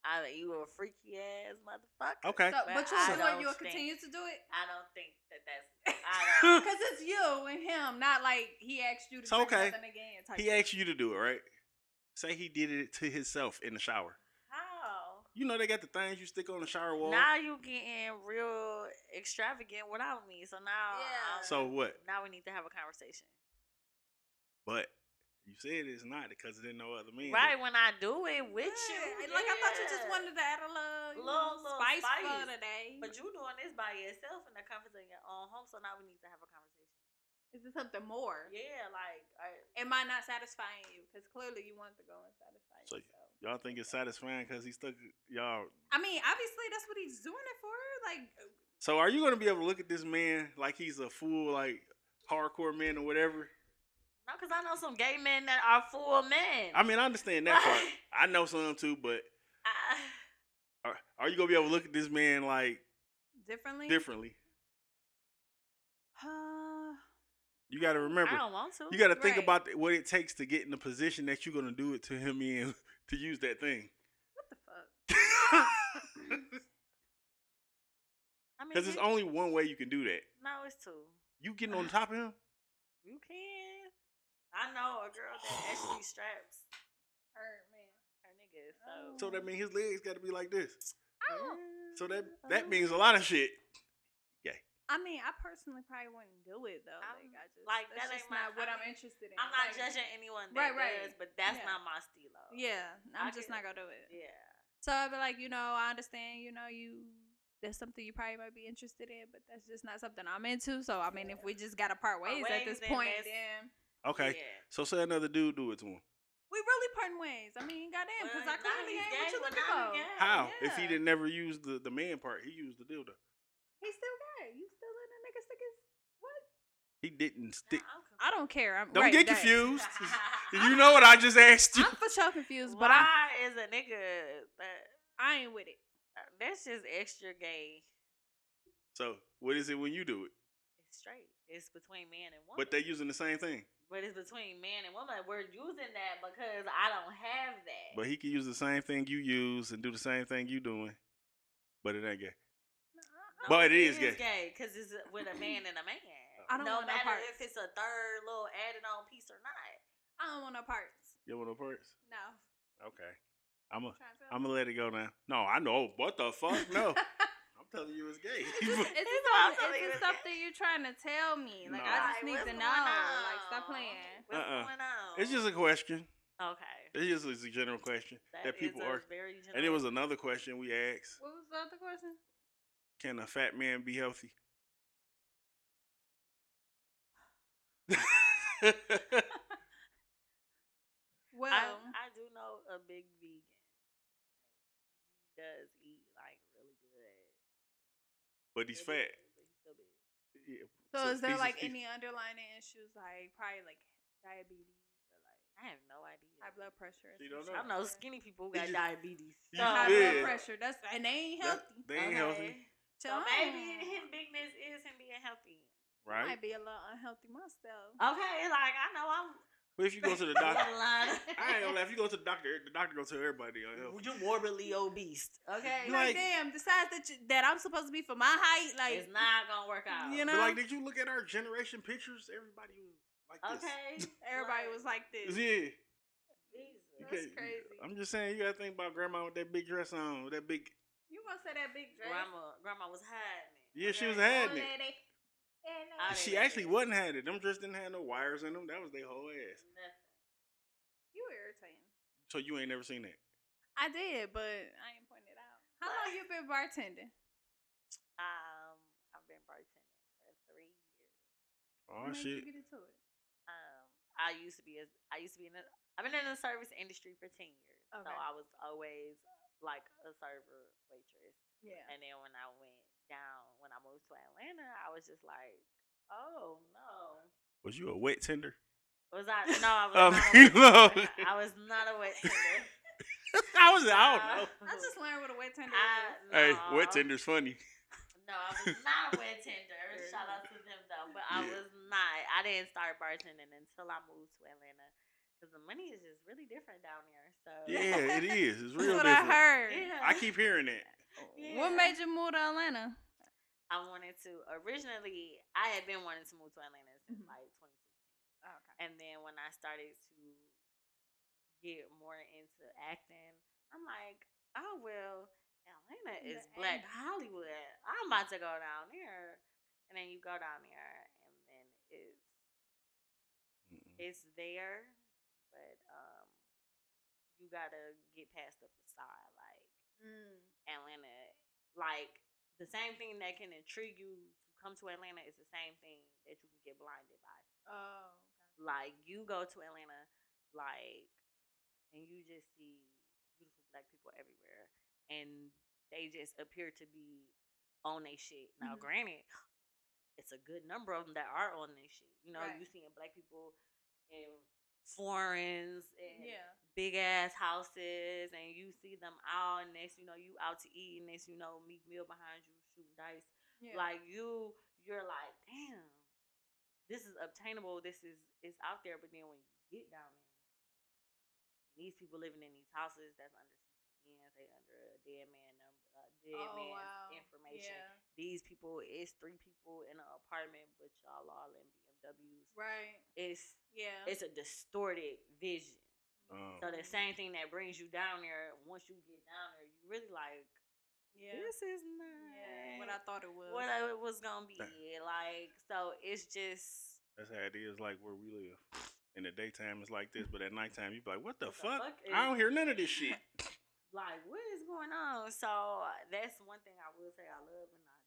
S3: I you a freaky ass motherfucker.
S2: okay.
S1: So,
S3: But
S1: but
S3: I
S1: you sure
S3: don't
S1: you'll
S3: think-
S1: continue to do it?
S3: I don't think that
S1: (laughs)
S3: that's I don't
S1: Because it's you and him, not like he asked you to
S2: It's
S1: do
S2: okay.
S1: something again. Type
S2: he asked you to do it, right? Say he did it to himself in the shower. (laughs)
S3: how
S2: You know they got the things you stick on the shower wall.
S3: now you getting real extravagant without me. So now
S1: Yeah.
S3: um,
S2: So what?
S3: now we need to have a conversation.
S2: But you said it's not because it didn't know other means.
S3: Right when I do it with
S1: Yeah,
S3: you,
S1: Like I thought you just
S3: yeah.
S1: wanted to add a little, you
S3: Little-
S1: know,
S3: little
S1: spice, for
S3: spice.
S1: today.
S3: But you doing this by yourself in the comfort of your own home, so now we need to have a conversation.
S1: is it something more?
S3: Yeah, like I,
S1: Am I not satisfying you? Because clearly you want to go and satisfy
S2: So,
S1: yourself.
S2: Y'all think it's satisfying because he stuck y'all.
S1: I mean, obviously that's what he's doing it for. Like,
S2: So are you gonna be able to look at this man like he's a fool, like hardcore man or whatever?
S3: no, because I know some gay men that are full men.
S2: I mean, I understand that part.
S3: (laughs)
S2: I know some too, but
S3: I,
S2: are, are you gonna be able to look at this man like
S1: differently. (sighs)
S2: differently?
S1: Uh,
S2: You got to remember.
S3: I don't want to.
S2: You got to think
S1: Right.
S2: about what it takes to get in the position that you're gonna do it to him in (laughs) to use that thing.
S1: what the fuck?
S2: (laughs)
S3: I mean,
S2: Because it's
S3: you-
S2: only one way you can do that.
S3: no, it's two.
S2: You getting on top of him?
S3: You can. I know a girl that actually straps
S1: Hurt man.
S3: her niggas.
S2: So
S3: So,
S2: that means his legs got to be like this.
S1: Oh.
S2: So that
S3: Yeah,
S2: that
S3: uh,
S2: means a lot of shit.
S1: I mean, I personally probably wouldn't do it though.
S3: I'm-
S1: like, I just,
S3: like,
S1: that's
S3: that ain't
S1: just
S3: my-
S1: not what
S3: I
S1: I'm
S3: mean,
S1: interested in.
S3: I'm not
S1: Like,
S3: judging anyone that
S1: Right, right.
S3: does, but that's
S1: Yeah.
S3: not my stilo.
S1: Yeah, I'm
S3: I
S1: just
S3: can-
S1: not gonna do it.
S3: yeah.
S1: So I'd be like, you know, I understand, you know, you that's something you probably might be interested in, but that's just not something I'm into. So I mean, if we just got to part ways at
S3: ways,
S1: this
S3: then
S1: point,
S3: that's-
S1: then
S2: Okay.
S3: Yeah.
S2: So say another dude do it to him.
S1: we really parting ways. I mean, goddamn, because
S3: Well,
S1: I
S3: now
S1: clearly
S3: he's
S1: ain't
S3: gay,
S1: what you
S3: well,
S1: looking
S3: now
S1: for.
S3: he gay.
S2: How? If he
S1: Yeah.
S2: didn't never use the the man part, he used the dildo.
S1: He's still gay. You still in the nigga stick his what?
S2: He didn't stick.
S3: Now I'm confused.
S1: I don't care. I'm
S2: Don't
S1: right,
S2: get
S1: that-
S2: confused.
S3: (laughs)
S2: you know what I just asked you.
S1: I'm for sure confused,
S3: Why
S1: but I
S3: is a nigga that Uh,
S1: I ain't with it.
S3: that's just extra gay?
S2: So what is it when you do it?
S3: It's straight. It's between man and woman.
S2: But they using the same thing.
S3: But it's between man and woman. We're using that because I don't have that.
S2: But he can use the same thing you use and do the same thing you doing. But it ain't gay.
S3: No,
S2: but it is gay.
S3: because it's with a man and a man.
S1: I don't
S3: no
S1: want no
S3: matter
S1: parts.
S3: if it's a third little added on piece or not.
S1: I don't want no parts.
S2: You want no parts?
S1: No.
S2: Okay. I'm
S1: Trying
S2: a.
S1: to tell
S2: I'm
S1: you.
S2: gonna let it go now. No, I know. What the fuck? No,
S3: (laughs)
S2: I'm telling you, it's
S1: Is
S2: gay.
S1: (laughs)
S2: (laughs)
S1: this, is this
S3: He's
S1: all-
S3: also
S1: is
S3: leaving.
S1: this something you're trying to tell me? Like,
S2: No.
S1: I just
S3: Like,
S1: need
S3: what's
S1: to
S3: going
S1: know. Like, stop
S3: on?
S1: playing.
S3: What's
S2: Uh-uh.
S3: going on?
S2: it's just a question.
S3: okay.
S2: It's just it's a general question that,
S3: is
S2: people
S3: a
S2: are.
S3: very
S2: And it
S3: general-
S2: was another question we asked:
S1: What was the other question?
S2: Can a fat man be healthy? (laughs)
S1: Well,
S3: I, I do know a big vegan. He does eat like really good.
S2: but he's
S3: Really
S2: fat.
S3: good, but he's still big.
S2: Yeah.
S1: so, is there
S2: he's-
S1: like
S2: he's-
S1: any underlying issues, like probably like diabetes or like
S3: I have no idea.
S1: high blood pressure? or
S2: You
S1: some shit
S2: don't know.
S3: I
S1: like
S3: know
S1: that?
S3: skinny people
S2: He
S3: who got
S2: just-
S3: diabetes.
S2: he
S3: So,
S2: just
S1: High
S2: Yeah.
S1: blood pressure. That's and they ain't
S2: that-
S1: healthy.
S2: They ain't healthy,
S3: Okay.
S1: So
S3: So maybe his bigness is him being healthy.
S1: I
S2: right?
S1: might be a little unhealthy myself.
S3: Okay, like I know I'm.
S2: But if you go to the doctor,
S3: borderline-
S2: I ain't gonna
S3: (laughs)
S2: lie. If you go to the doctor, the doctor gonna tell everybody you're unhealthy.
S3: You're morbidly obese. Okay,
S1: Like,
S2: like-
S1: damn, the size that you, that I'm supposed to be for my height, like
S3: it's not gonna work out.
S1: you
S2: But
S1: know,
S2: like, did you look at our generation pictures? Everybody was like this.
S3: (laughs) Okay.
S1: everybody was like this.
S2: Yeah.
S3: Jesus.
S2: You
S1: That's
S2: can't-
S1: crazy.
S2: I'm just saying, you gotta think about grandma with that big dress on, with that big.
S1: You gonna say that big dress?
S3: Grandma, grandma was hiding. it,
S2: Yeah, she was
S3: okay?
S1: Oh,
S2: hiding it.
S1: lady. Yeah, no.
S3: I
S2: She
S3: didn't
S2: actually
S3: care.
S2: wasn't had it. Them dress didn't have no wires in them. That was their whole ass.
S3: Nothing.
S1: You irritating.
S2: So you ain't never seen that.
S1: I did, but I ain't pointing it out. How long you been bartending?
S3: Um, I've been bartending for three years.
S2: (laughs) Oh
S1: Maybe
S2: shit.
S1: You get into it.
S3: Um, I used to be a, I used to be in, a, I've been in the service industry for ten years. So
S1: Okay.
S3: I was always like a server waitress,
S1: Yeah.
S3: and then when I went down, when I moved to Atlanta, I was just like, oh no,
S2: Was you a wet tender? (laughs)
S3: was I? No, I was.
S2: Um, (laughs)
S3: not a
S2: you
S3: wait-
S2: know.
S1: (laughs)
S3: I was not a wait tender.
S2: I was I don't know.
S1: I just learned what a wet tender
S3: I,
S1: is.
S2: Hey,
S3: no.
S2: wet tender's
S1: (laughs)
S2: funny.
S3: No, I was not a wet tender. Shout out to them though, but
S2: Yeah.
S3: I was not. I didn't start bartending until I moved to Atlanta because the money is just really different down there. So (laughs)
S2: Yeah, it is. It's
S1: That's
S2: real
S1: what I
S2: different. I,
S1: heard.
S3: Yeah.
S2: keep hearing
S1: (laughs)
S2: that.
S1: What
S3: Yeah.
S1: made you move to Atlanta?
S3: I wanted to originally. I had been wanting to move to Atlanta since
S1: Mhm.
S3: like 2016,
S1: Oh, okay.
S3: and then when I started to get more into acting, I'm like, oh well, Atlanta
S1: Yeah,
S3: is Black
S1: ain't-
S3: Hollywood. I'm about to go down there, and then you go down there, and then it's it's there, but um, you gotta get past the facade, like. Mm. Atlanta. Like the same thing that can intrigue you to come to Atlanta is the same thing that you can get blinded by.
S1: Oh,
S3: Like you go to Atlanta, like, and you just see beautiful black people everywhere, and they just appear to be on their shit. Now,
S1: Mhm.
S3: granted, it's a good number of them that are on their shit. You know,
S1: Right.
S3: you seeing black people in foreigns and
S1: yeah.
S3: big ass houses and you see them all and next you know you out to eat and next you know Meek Mill behind you shooting dice
S1: yeah.
S3: like you you're like damn this is obtainable this is it's out there but then when you get down there and these people living in these houses that's under CPNs they under a dead man number uh, dead man's
S1: Oh,
S3: information
S1: Yeah.
S3: these people it's three people in an apartment but y'all all in BMWs
S1: Right.
S3: it's
S1: Yeah.
S3: it's a distorted vision
S2: Um,
S3: so the same thing that brings you down there, once you get down there, you really like
S1: yeah.
S3: this is
S1: yeah.
S3: not
S1: What I thought it was.
S3: what I- it was gonna be
S2: Damn.
S3: like. So it's just
S2: that's how it is. Like where we live. In the daytime, it's like this, but at nighttime, you be like, "What the
S3: What the
S2: fuck?
S3: fuck
S2: I don't
S3: is-
S2: hear none of this shit."
S1: (laughs)
S3: like what is going on. So uh, that's one thing I will say I love and I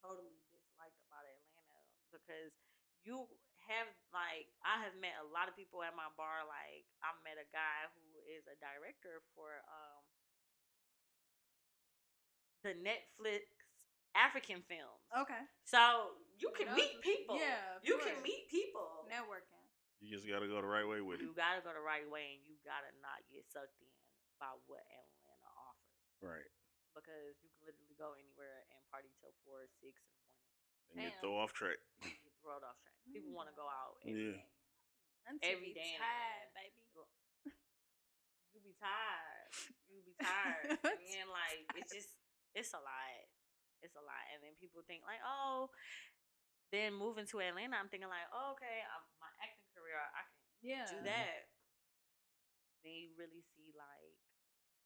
S3: totally disliked about Atlanta because you have like I have met a lot of people at my bar. Like I met a guy who is a director for um the Netflix African films.
S1: Okay.
S3: So you can
S1: Those-
S3: meet people.
S1: Oh. yeah, of
S3: you can
S1: course.
S3: meet people.
S1: Networking.
S2: You just gotta go the right way with it,
S3: You gotta go the right way, and you gotta not get sucked in by what Atlanta offers
S1: Mm-hmm.
S2: right?
S3: because you can literally go anywhere and party till four or six in the morning.
S2: And you
S1: Damn.
S2: throw off track.
S3: You get throwed off track. People want to
S1: Mm.
S3: go out. Every
S2: Yeah.
S3: day.
S1: Until
S3: Every
S1: you
S3: day in
S1: tired,
S3: Atlanta.
S1: baby.
S3: You be tired. You be
S1: (laughs)
S3: tired, and like it's just it's a lot. It's a lot, and then people think like, oh. Then moving to Atlanta, I'm thinking like, oh, okay, I'm, my acting career, I can
S1: Yeah.
S3: do that, then you really see like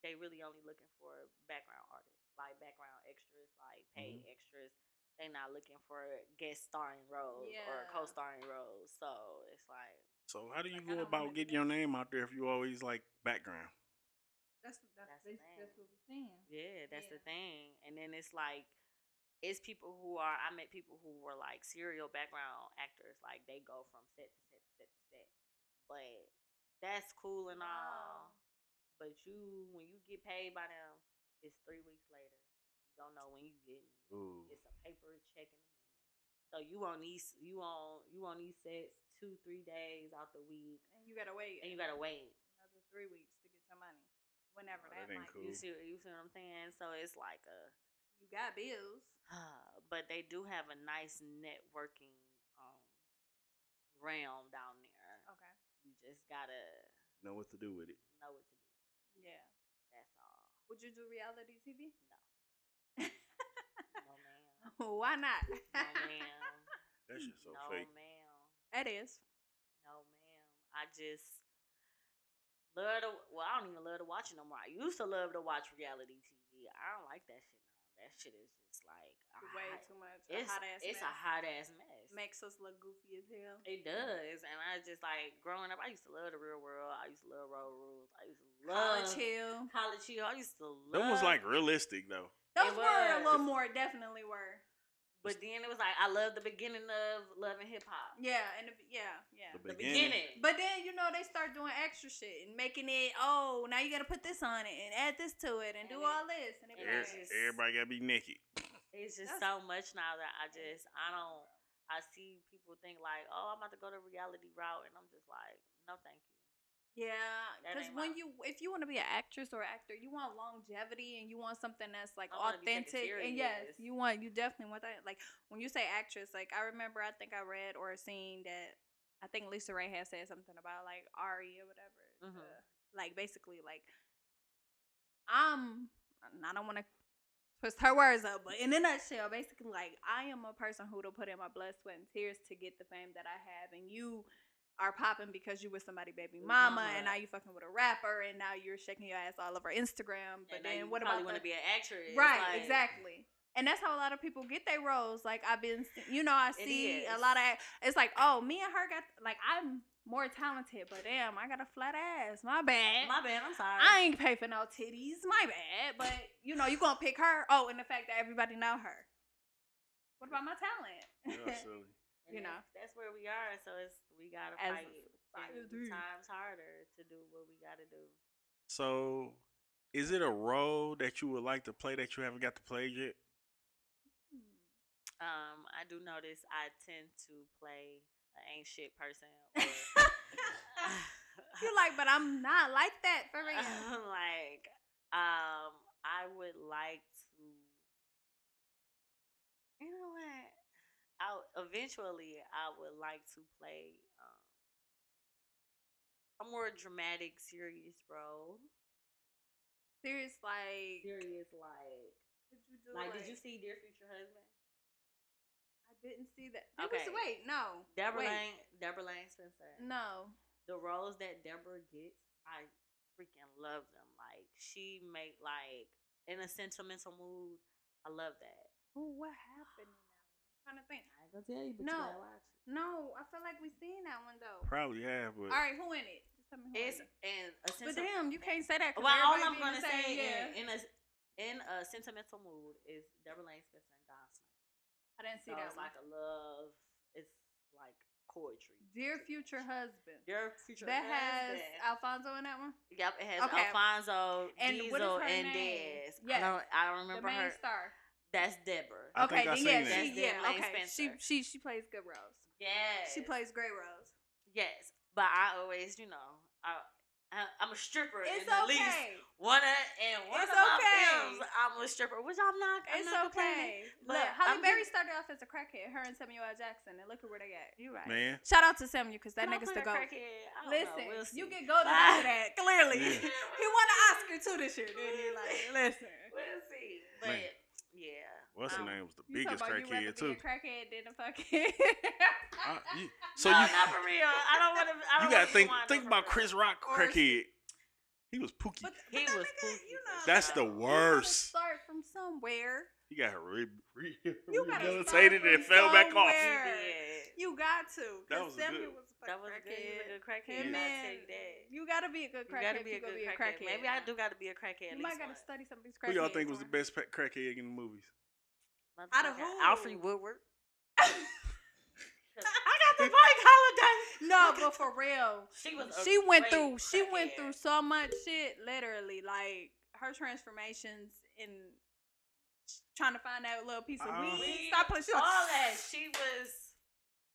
S3: they really only looking for background artists, like background extras, like paid
S1: Mm-hmm.
S3: extras. They not looking for guest starring roles or
S1: Yeah.
S3: co-starring roles. So it's like
S2: So how do you
S1: Like, I
S2: go
S1: don't wanna
S2: about
S1: do
S2: getting your name out there if you always like background?
S1: That's that's
S3: That's the
S1: basic-
S3: thing.
S1: that's what we're seeing.
S3: Yeah, that's the
S1: Yeah.
S3: thing. And then it's like it's people who are I met people who were like serial background actors. Like they go from set to set to set to set. But that's cool and all.
S1: Wow.
S3: But you when you get paid by them, it's three weeks later. You don't know when you get it.
S2: Ooh.
S3: It's a paper check in the mail. So you on these you on you on these sets two, three days out the week
S1: And you gotta wait.
S3: and you gotta wait.
S1: another three weeks to get your money. Whenever
S2: Oh,
S1: that,
S2: that ain't
S1: might
S2: cool.
S1: be.
S3: You see you see what I'm saying? So it's like a (sighs)
S1: You got bills.
S3: but they do have a nice networking um, realm down there.
S1: Okay.
S3: You just gotta
S2: Know what to do with it.
S3: know what to do.
S1: Yeah.
S3: That's all.
S1: Would you do reality TV?
S3: No, ma'am.
S1: (laughs) Why not?
S3: No,
S1: (laughs)
S3: ma'am.
S2: That shit's so
S3: no,
S2: fake.
S3: ma'am.
S1: It is.
S3: No, ma'am. I just love to. Well, I don't even love to watch it no more. I used to love to watch reality TV. I don't like that shit now. That shit is just like a
S1: Way
S3: hot-
S1: too much. a
S3: It's
S1: hot ass
S3: It's
S1: mess.
S3: a hot ass mess.
S1: makes us look goofy as hell.
S3: It does, and I just like growing up. I used to love the real world. I used to love road rules. I used to love
S1: College Hill.
S3: college hill. I used to love.
S2: That was like realistic though.
S1: Those
S3: It
S1: were a little
S3: was.
S1: more. Definitely were.
S3: but then it was like I love the beginning of love and hip hop.
S1: Yeah. And the, yeah. Yeah.
S2: The
S3: The
S2: Beginning.
S3: beginning.
S1: But then you know they start doing extra shit and making it. Oh, now you got to put this on it and add this to it and do
S3: And it-
S1: all this and it.
S3: and it's
S1: be like,
S2: Every- Everybody gotta be naked.
S3: it's just
S1: that's-
S3: so much now that I just I don't. I see people think like, oh, I'm about to go the reality route, and I'm just like, no, thank you.
S1: Yeah,
S3: That
S1: because
S3: ain't
S1: when
S3: mine.
S1: you if you want to be an actress or actor, you want longevity and you want something that's like
S3: I wanna be
S1: authentic.
S3: taken
S1: And yes,
S3: serious.
S1: you want you definitely want that. Like when you say actress, like I remember I think I read or seen that I think Lisa Ray had said something about like Ari or whatever.
S3: Mhm.
S1: the- like basically like I'm and I don't want to twist her words up, but in a nutshell, basically like I am a person who to put in my blood, sweat, and tears to get the fame that I have, and you are popping because you with somebody baby mama,
S3: Mama.
S1: and now you fucking with a rapper, and now you're shaking your ass all over Instagram. But
S3: and then
S1: then
S3: you
S1: what
S3: probably
S1: about
S3: want
S1: the,
S3: to be an actress,
S1: right?
S3: like,
S1: exactly. And that's how a lot of people get their roles. Like I've been, se- you know, I
S3: It
S1: see a
S3: is.
S1: lot of. It's like, oh, me and her got like I'm more talented, but damn, I got a flat ass. My bad.
S3: My bad. I'm sorry.
S1: I ain't pay for no titties. My bad. But you know, you gonna pick her. Oh, and the fact that everybody know her. What about my talent?
S2: Yeah,
S1: (laughs)
S2: uh, silly.
S3: And
S1: you know.
S3: that's- that's where we are. So it's we gotta
S1: As
S3: fight.
S1: a
S3: and
S1: society.
S3: Times harder to do what we gotta do.
S2: So, is it a role that you would like to play that you haven't got to play yet?
S3: Um, I do notice I tend to play an ain't shit person.
S1: (laughs)
S3: Or,
S1: you like, but I'm not like that for
S3: Oh, (laughs) Uh-huh.
S1: real.
S3: like, um, I would like to. You know what? I eventually I would like to play um, a more dramatic, serious role.
S1: Serious, like,
S3: Serious, like
S1: could you do
S3: Like, did you see Dear Future Husband?
S1: I didn't see that. Did we see-
S3: Okay.
S1: wait, no.
S3: Deborah
S1: wait,
S3: Lane, Deborah Lane Spencer.
S1: No.
S3: The roles that Deborah gets, I freaking love them. Like she make like in a sentimental mood. I love that.
S1: Ooh, what happened? In that one? I'm trying to think.
S3: I ain't gonna tell you, but
S1: No.
S3: you gotta watch it.
S1: No, I feel like we seen that one though.
S2: Probably have, but
S1: All right, who in it? Just tell me who
S3: It's
S1: in it.
S3: and a
S1: But
S3: sentimental.
S1: damn, you can't say that. 'cause
S3: Well, all
S1: everybody
S3: I'm
S1: be in
S3: gonna
S1: the
S3: say
S1: same- yeah.
S3: in, in a in a sentimental mood is Deborah Lane Spencer and Don Smith.
S1: I didn't see
S3: So
S1: that
S3: it's
S1: one.
S3: like a love. It's like poetry.
S1: Dear future husband.
S3: Dear Future
S1: that has
S3: Husband.
S1: Alfonso in that one.
S3: Yep, it has
S1: Okay.
S3: Alfonso,
S1: And what is
S3: Diesel,
S1: her
S3: and
S1: name?
S3: Dez.
S1: Yes.
S3: I don't, I don't remember
S1: the main
S3: her.
S1: star. Oh.
S3: That's Deborah.
S2: I
S1: okay,
S2: think I
S1: then
S2: seen
S1: yeah, she,
S2: that.
S3: That's
S1: yeah,
S3: Deborah Lane
S1: okay. She
S3: Spencer.
S1: she she plays good roles.
S3: Yes,
S1: She plays great roles.
S3: Yes, but I always, you know, I, I I'm a stripper.
S1: It's
S3: in at least
S1: okay.
S3: one of and one
S1: It's
S3: of my
S1: okay.
S3: films, I'm a stripper, which I'm not. I'm
S1: It's
S3: not complaining.
S1: okay.
S3: but
S1: Look, Holly
S3: I'm
S1: Berry
S3: just-
S1: started off as a crackhead. Her and Samuel L. Jackson, and look at where they at.
S3: You right?
S2: man,
S1: Shout out to Samuel because that
S3: Can I
S1: nigga's
S3: play
S1: the
S3: a
S1: goat.
S3: crackhead? I don't
S1: Listen,
S3: know. We'll see.
S1: you get golden after
S3: (laughs)
S1: that. Clearly,
S2: Yeah.
S1: he won an Oscar too this year, didn't he? Like,
S3: (laughs)
S1: listen.
S3: We'll see. But
S2: Man.
S3: yeah,
S2: what's her
S3: um,
S2: name? Was the
S1: You talking
S2: biggest
S1: about you rather
S2: crackhead
S1: be a crackhead than
S2: too.
S1: a fucking. (laughs)
S2: I- you- so
S3: So no,
S2: you
S3: not for real. I don't want to.
S2: you gotta think think about Chris Rock
S1: Or-
S2: crackhead. He was pookie.
S1: But,
S3: He
S1: but that
S3: was
S1: nigga,
S3: spooky.
S1: you know,
S2: That's the
S1: you gotta
S2: worst.
S1: Start from somewhere.
S2: he got re- re-
S1: You gotta
S2: rehabilitated
S1: start
S2: and
S1: from
S2: fell back off.
S1: somewhere.
S3: Yeah.
S1: You got to.
S2: That
S1: 'cause
S2: was a
S1: Samuel
S2: good-
S1: was a
S3: That
S1: fucking
S3: was a good. You a
S1: crackhead.
S3: good crackhead.
S1: Him
S3: I'll
S1: and-
S3: take that.
S1: You gotta be a good
S3: You gotta
S1: crackhead.
S3: be a
S1: if you
S3: good
S1: gonna
S3: crackhead.
S1: be a crackhead.
S3: Maybe I do gotta be a crackhead. At
S1: You might
S3: least
S1: gotta
S3: once.
S1: study some of these crackheads.
S2: Who y'all think was the
S1: on.
S2: best pa- crackhead in the movies?
S1: Out of
S3: Motherfucker,
S1: who? (laughs)
S3: Alfred Woodward.
S1: I got the Mike Holiday. (laughs) No, but for real,
S3: She was. a
S1: she went
S3: great
S1: through. She went
S3: crackhead.
S1: through so much shit. Literally, like her transformations and trying to find that little piece of
S2: Uh,
S1: weed.
S3: We-
S1: Stop playing. She was-
S3: all that. She was.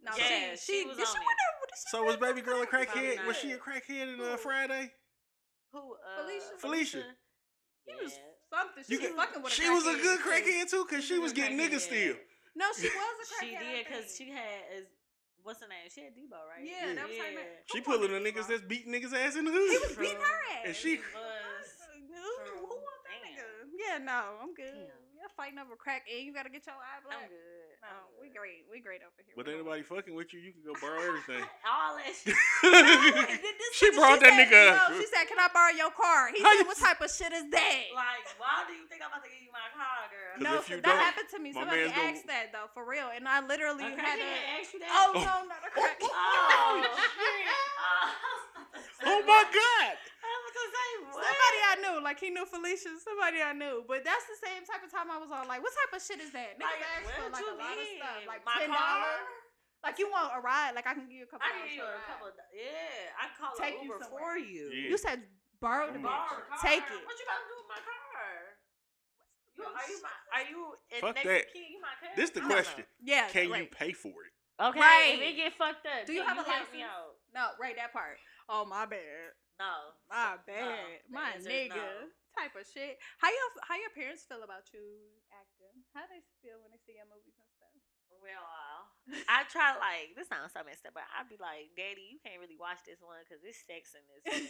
S1: No,
S3: Yeah,
S1: she, she,
S3: she was
S1: did she
S3: on
S1: win
S3: it.
S1: a- did she
S2: So
S1: win
S2: was
S1: a
S2: Baby Girl a
S1: Grammy?
S2: crackhead?
S3: not.
S2: Was she a crackhead in uh, Friday?
S3: Who? Uh,
S1: Felicia.
S2: Felicia.
S1: She
S3: Yeah.
S1: was something. She
S2: You
S1: was
S2: can-
S1: fucking with a
S2: She was a good
S1: too.
S2: crackhead too, cause she
S3: was a
S2: was
S3: good
S2: getting niggas still.
S3: crackhead.
S1: No, she was a crackhead.
S3: She
S1: I
S3: did because
S1: think.
S3: she had is what's her name? She had Debo, right?
S1: Yeah, that was her name.
S2: She
S1: Come on,
S2: pulling the
S1: Baby
S2: niggas
S1: Girl.
S2: that's beating niggas ass in the
S1: He was
S2: hood.
S1: beating her ass.
S2: And she-
S3: She
S1: (laughs)
S3: was.
S1: Who, who wants that
S3: Damn.
S1: nigga? Yeah, no, I'm good.
S3: Damn.
S1: You're fighting over crack, and you gotta get your eye
S3: I'm
S1: black.
S3: good.
S1: No,
S3: I'm
S1: we
S3: good.
S1: great. We great over here.
S2: But
S1: We
S2: ain't
S1: don't-
S2: nobody fucking with you. You can go borrow (laughs) everything.
S3: (laughs) All
S2: (laughs)
S3: that
S1: Hey,
S3: shit.
S1: th- this
S2: She
S1: nigga-
S2: brought that
S1: said,
S2: nigga-
S1: you know, she said, "Can I borrow your car?" He said,
S2: How you-
S1: "What type of shit is that?"
S2: (laughs)
S3: Like, why do you think I'm about to give you my car,
S2: 'Cause
S3: girl?
S1: no,
S2: if you
S1: that
S2: don't,
S1: happened to me.
S2: my
S1: Somebody
S2: man's gonna-
S1: asked that though, for real, and I literally
S3: A
S1: had
S3: crackhead
S1: a.
S3: asked you that?
S1: Oh,
S2: (laughs)
S1: no, not a (laughs) crackhead.
S3: (laughs) Oh, (laughs) shit.
S2: (laughs) oh my god!
S3: I was gonna say, what?
S1: Somebody I knew, like he knew Felicia. Somebody I knew, but that's the same type of time I was on. Like, what type of shit is that? Niggas
S3: Like,
S1: ask for
S3: what
S1: like
S3: you
S1: a lot of
S3: need?
S1: stuff, like
S3: My
S1: ten
S3: car?
S1: dollars. Like you want a ride? Like I can give you a couple.
S3: I
S1: dollars
S3: can give you
S1: for a
S3: a
S1: ride.
S3: couple. Of, do- yeah, I call
S1: Take
S3: an
S1: you
S3: Uber
S1: somewhere.
S3: for you.
S2: Yeah.
S1: You said borrow the
S2: Mm.
S1: bitch.
S3: Borrow a car.
S1: Take it.
S3: What you about to do with my car? You, are you my? Are you in
S2: Fuck
S3: next
S2: that.
S3: kid? You my cousin?
S2: This the
S3: I don't
S2: question.
S1: Yeah.
S2: Can you
S1: right.
S2: pay for it?
S3: know. Okay,
S1: Right.
S3: if it get fucked up,
S1: Do you
S3: can
S1: have a
S3: help me
S1: license?
S3: out?
S1: No, right that part. Oh my bad.
S3: No.
S1: My
S3: No,
S1: bad.
S3: the
S1: my
S3: answer is
S1: nigga.
S3: no.
S1: Type of shit. How your how your parents feel about you acting? How they feel when they see your movies and stuff?
S3: Well, uh, I try like this sounds so messed up, but I'd be like, "Daddy, you can't really watch this one because it's sex in this."
S1: (laughs)
S3: one."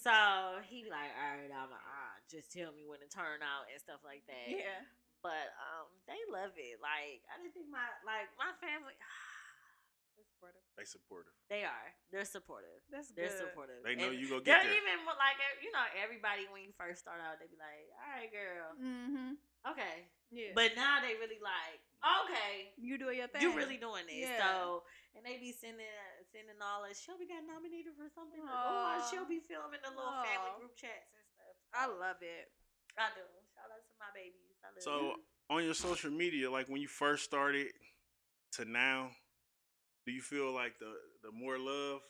S3: so he be like, "All right, I'm like, ah, just tell me when to turn out and stuff like that."
S1: Yeah.
S3: But um, they love it. Like I just think my like my family, (sighs)
S1: That's supportive.
S2: They supportive.
S3: they are they're supportive.
S1: That's good.
S3: They're supportive.
S2: They know
S3: And
S2: you gonna
S3: They're
S2: get there.
S3: even more like e, you know everybody when you first start out, they be like, "All right, girl,
S1: Mm-hmm.
S3: okay."
S1: Yeah.
S3: But now they really like, "Okay,
S1: you doing your thing.
S3: you really doing this.
S1: Yeah.
S3: So and they be sending sending all us. Shelby got nominated for something. Or, oh,
S1: Aw.
S3: she'll be filming the little family
S1: Aw.
S3: group chats and stuff.
S1: I love it.
S3: I do. Shout out to my babies. I love
S2: So
S3: you.
S2: on your social media, like when you first started to now, do you feel like the the more love?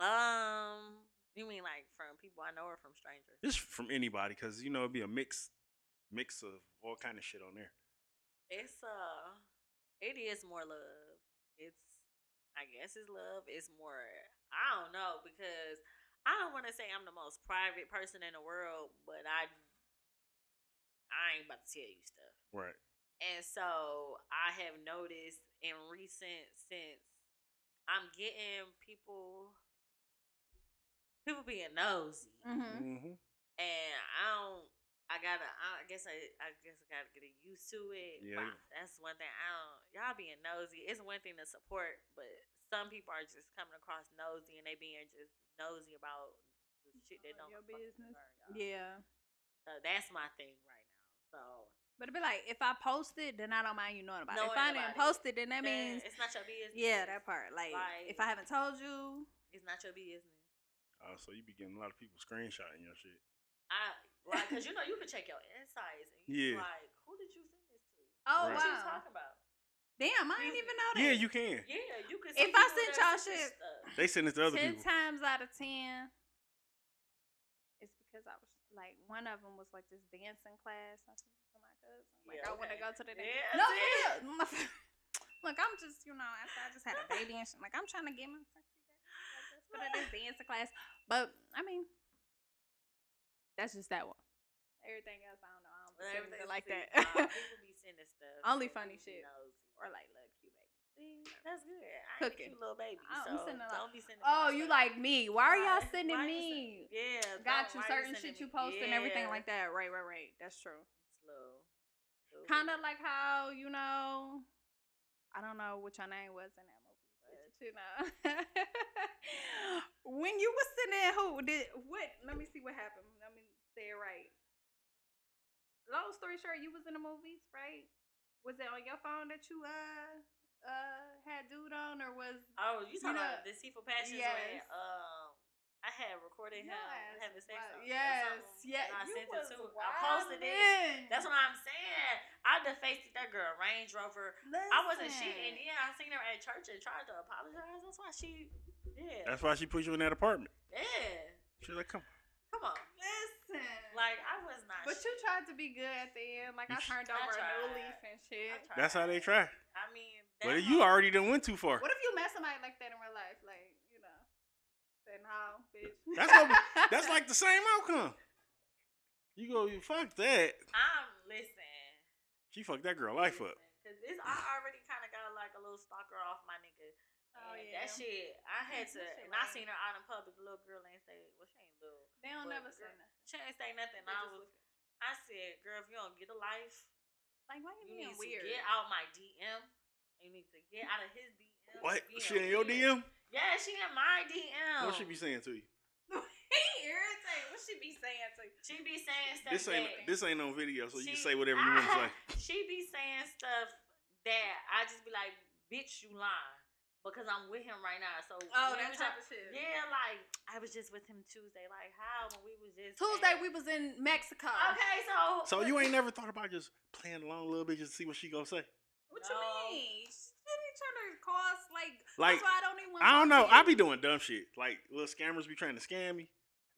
S3: um, you mean like from people I know or from strangers?
S2: Just from anybody, because you know it'd be a mix mix of all kind of shit on there.
S3: It's uh, it is more love. It's I guess it's love. It's more I don't know because I don't want to say I'm the most private person in the world, but I I ain't about to tell you stuff.
S2: Right.
S3: And so I have noticed in recent since I'm getting people people being nosy.
S1: Mm-hmm.
S2: Mm-hmm.
S3: And I don't I gotta I guess I I guess I gotta get used to it.
S2: Yeah.
S3: But that's one thing I don't y'all being nosy. It's one thing to support, but some people are just coming across nosy and they being just nosy about the shit they
S1: Oh,
S3: don't
S1: your
S3: fucking
S1: business.
S3: concern y'all.
S1: Yeah.
S3: So that's my thing right now. So
S1: But it'd be like if I post it, then I don't mind you knowing about it.
S3: Knowing
S1: If I didn't
S3: about it.
S1: post it, then that
S3: then
S1: means
S3: it's not your business.
S1: yeah, that part. Like if I
S3: Like-
S1: haven't told you,
S3: It's not your business.
S2: Uh, so you be getting a lot of people screenshotting your shit.
S3: I like because you know you can check your insights and you
S2: Yeah.
S3: like who did you send this to?
S1: oh
S2: Right.
S3: What you
S1: wow,
S3: talking about?
S1: damn, I
S3: You-
S1: didn't even know that.
S2: Yeah, you can.
S3: Yeah, you can.
S1: If I
S3: some people
S1: sent
S3: that
S1: y'all
S3: send you
S1: shit-
S3: stuff.
S2: They send it to other
S1: ten
S2: people.
S1: times out of ten, it's because I was like one of them was like this dancing class. I sent to my cousin. Like
S3: Yeah,
S1: I want to
S3: okay.
S1: go to the dance. (laughs)
S3: Yeah,
S1: no,
S3: see?
S1: yeah. Look, I'm just you know after I just had a baby and shit, like I'm trying to get my sexy back. Like, let's go to this (laughs) dancing class. But I mean, that's just that one. Everything else, I don't know. I don't
S3: Well,
S1: consider it
S3: everything's
S1: like
S3: sent-
S1: that. (laughs)
S3: nah, people be sending stuff.
S1: Only
S3: so
S1: funny
S3: people
S1: shit.
S3: be nosy.
S1: or like little cute baby.
S3: See, that's good. I ain't
S1: Cooking.
S3: a cute little baby,
S1: I'm
S3: so
S1: sending a lot.
S3: don't be sending.
S1: Oh,
S3: me
S1: you
S3: stuff.
S1: like me? Why are y'all
S3: Why-
S1: sending
S3: why
S1: me?
S3: you send- yeah,
S1: Got you certain shit you post and everything like that. Right, right, right. That's true. Kind of like how you know, I don't know what your name was in that movie, but you know, (laughs) when you was sitting there, who did what? Let me see what happened. Let me say it right. Long story short, you was in the movies, right? Was it on your phone that you uh uh had dude on, or was
S3: Oh,
S1: you
S3: you talking
S1: know-
S3: about deceitful passions when
S1: Yes.
S3: um I had recorded him
S1: Yes,
S3: having sex.
S1: right.
S3: on- or
S1: Yes,
S3: something,
S1: yeah.
S3: and I
S1: you
S3: sent
S1: was
S3: it to him. I posted it.
S1: wildin'.
S3: That's what I'm saying. I defaced that girl Range Rover. I wasn't shit, and
S1: Listen.
S3: then I seen her at church and tried to apologize. That's why she, yeah,
S2: That's why she put you in that apartment.
S3: yeah.
S2: She's like, come.
S3: Come on,
S1: Listen.
S3: like I was not.
S1: But
S3: shit.
S1: you tried to be good at the end. Like I
S2: You sh-
S1: turned
S3: I
S1: over a new
S3: tried.
S1: leaf and
S3: I
S1: shit.
S2: On. That's how they
S3: tried.
S2: try.
S3: I mean,
S2: But
S3: that
S2: you
S3: hoe-
S2: already done went too far.
S1: What if you met somebody like that in real life? Like, you know. Then how, bitch?
S2: That's what- That's like the same outcome. You go, you fuck that.
S3: I'm listen.
S2: She fucked that girl life up.
S3: Cause this, I already kind of got like a little stalker off my nigga.
S1: (laughs) Oh,
S3: And
S1: yeah.
S3: That shit,
S1: (laughs)
S3: I had
S1: That
S3: to,
S1: shit
S3: and I
S1: lame.
S3: seen her out in public. Little girl ain't say, well, she ain't little.
S1: They don't
S3: but
S1: never
S3: girl-
S1: say nothing.
S3: She ain't say nothing.
S1: They
S3: I
S1: just
S3: was,
S1: look-
S3: I said, girl, if you don't get a life,
S1: Like, why you
S3: you
S1: being
S3: need
S1: weird?
S3: to get out my DM. You need to get out of his DM.
S2: What?
S3: You
S2: She in
S3: being
S2: your
S3: weird.
S2: DM?
S3: Yeah, she in my DM.
S2: What she be saying to you?
S1: (laughs) he irritated. What she be saying to you?
S3: She be saying stuff.
S2: This ain't
S3: that-
S2: this ain't on video, so you can
S3: She-
S2: say whatever you want to say.
S3: (laughs) She be saying stuff that I just be like, bitch, you lying. Because I'm with him right now. So
S1: Oh,
S3: when
S1: that
S3: we
S1: type
S3: talk-
S1: of shit.
S3: Yeah, like I was just with him Tuesday. Like how when we was just
S1: Tuesday
S3: at-
S1: we was in Mexico.
S3: Okay, so
S2: So you ain't never thought about just playing along a little bit just to see what she gonna say?
S1: What you
S3: No.
S1: mean? She didn't try to cause like.
S2: Like,
S1: that's why I don't even. wanna
S2: I don't know.
S1: talk to
S2: I
S1: you.
S2: be doing dumb shit. Like little scammers be trying to scam me.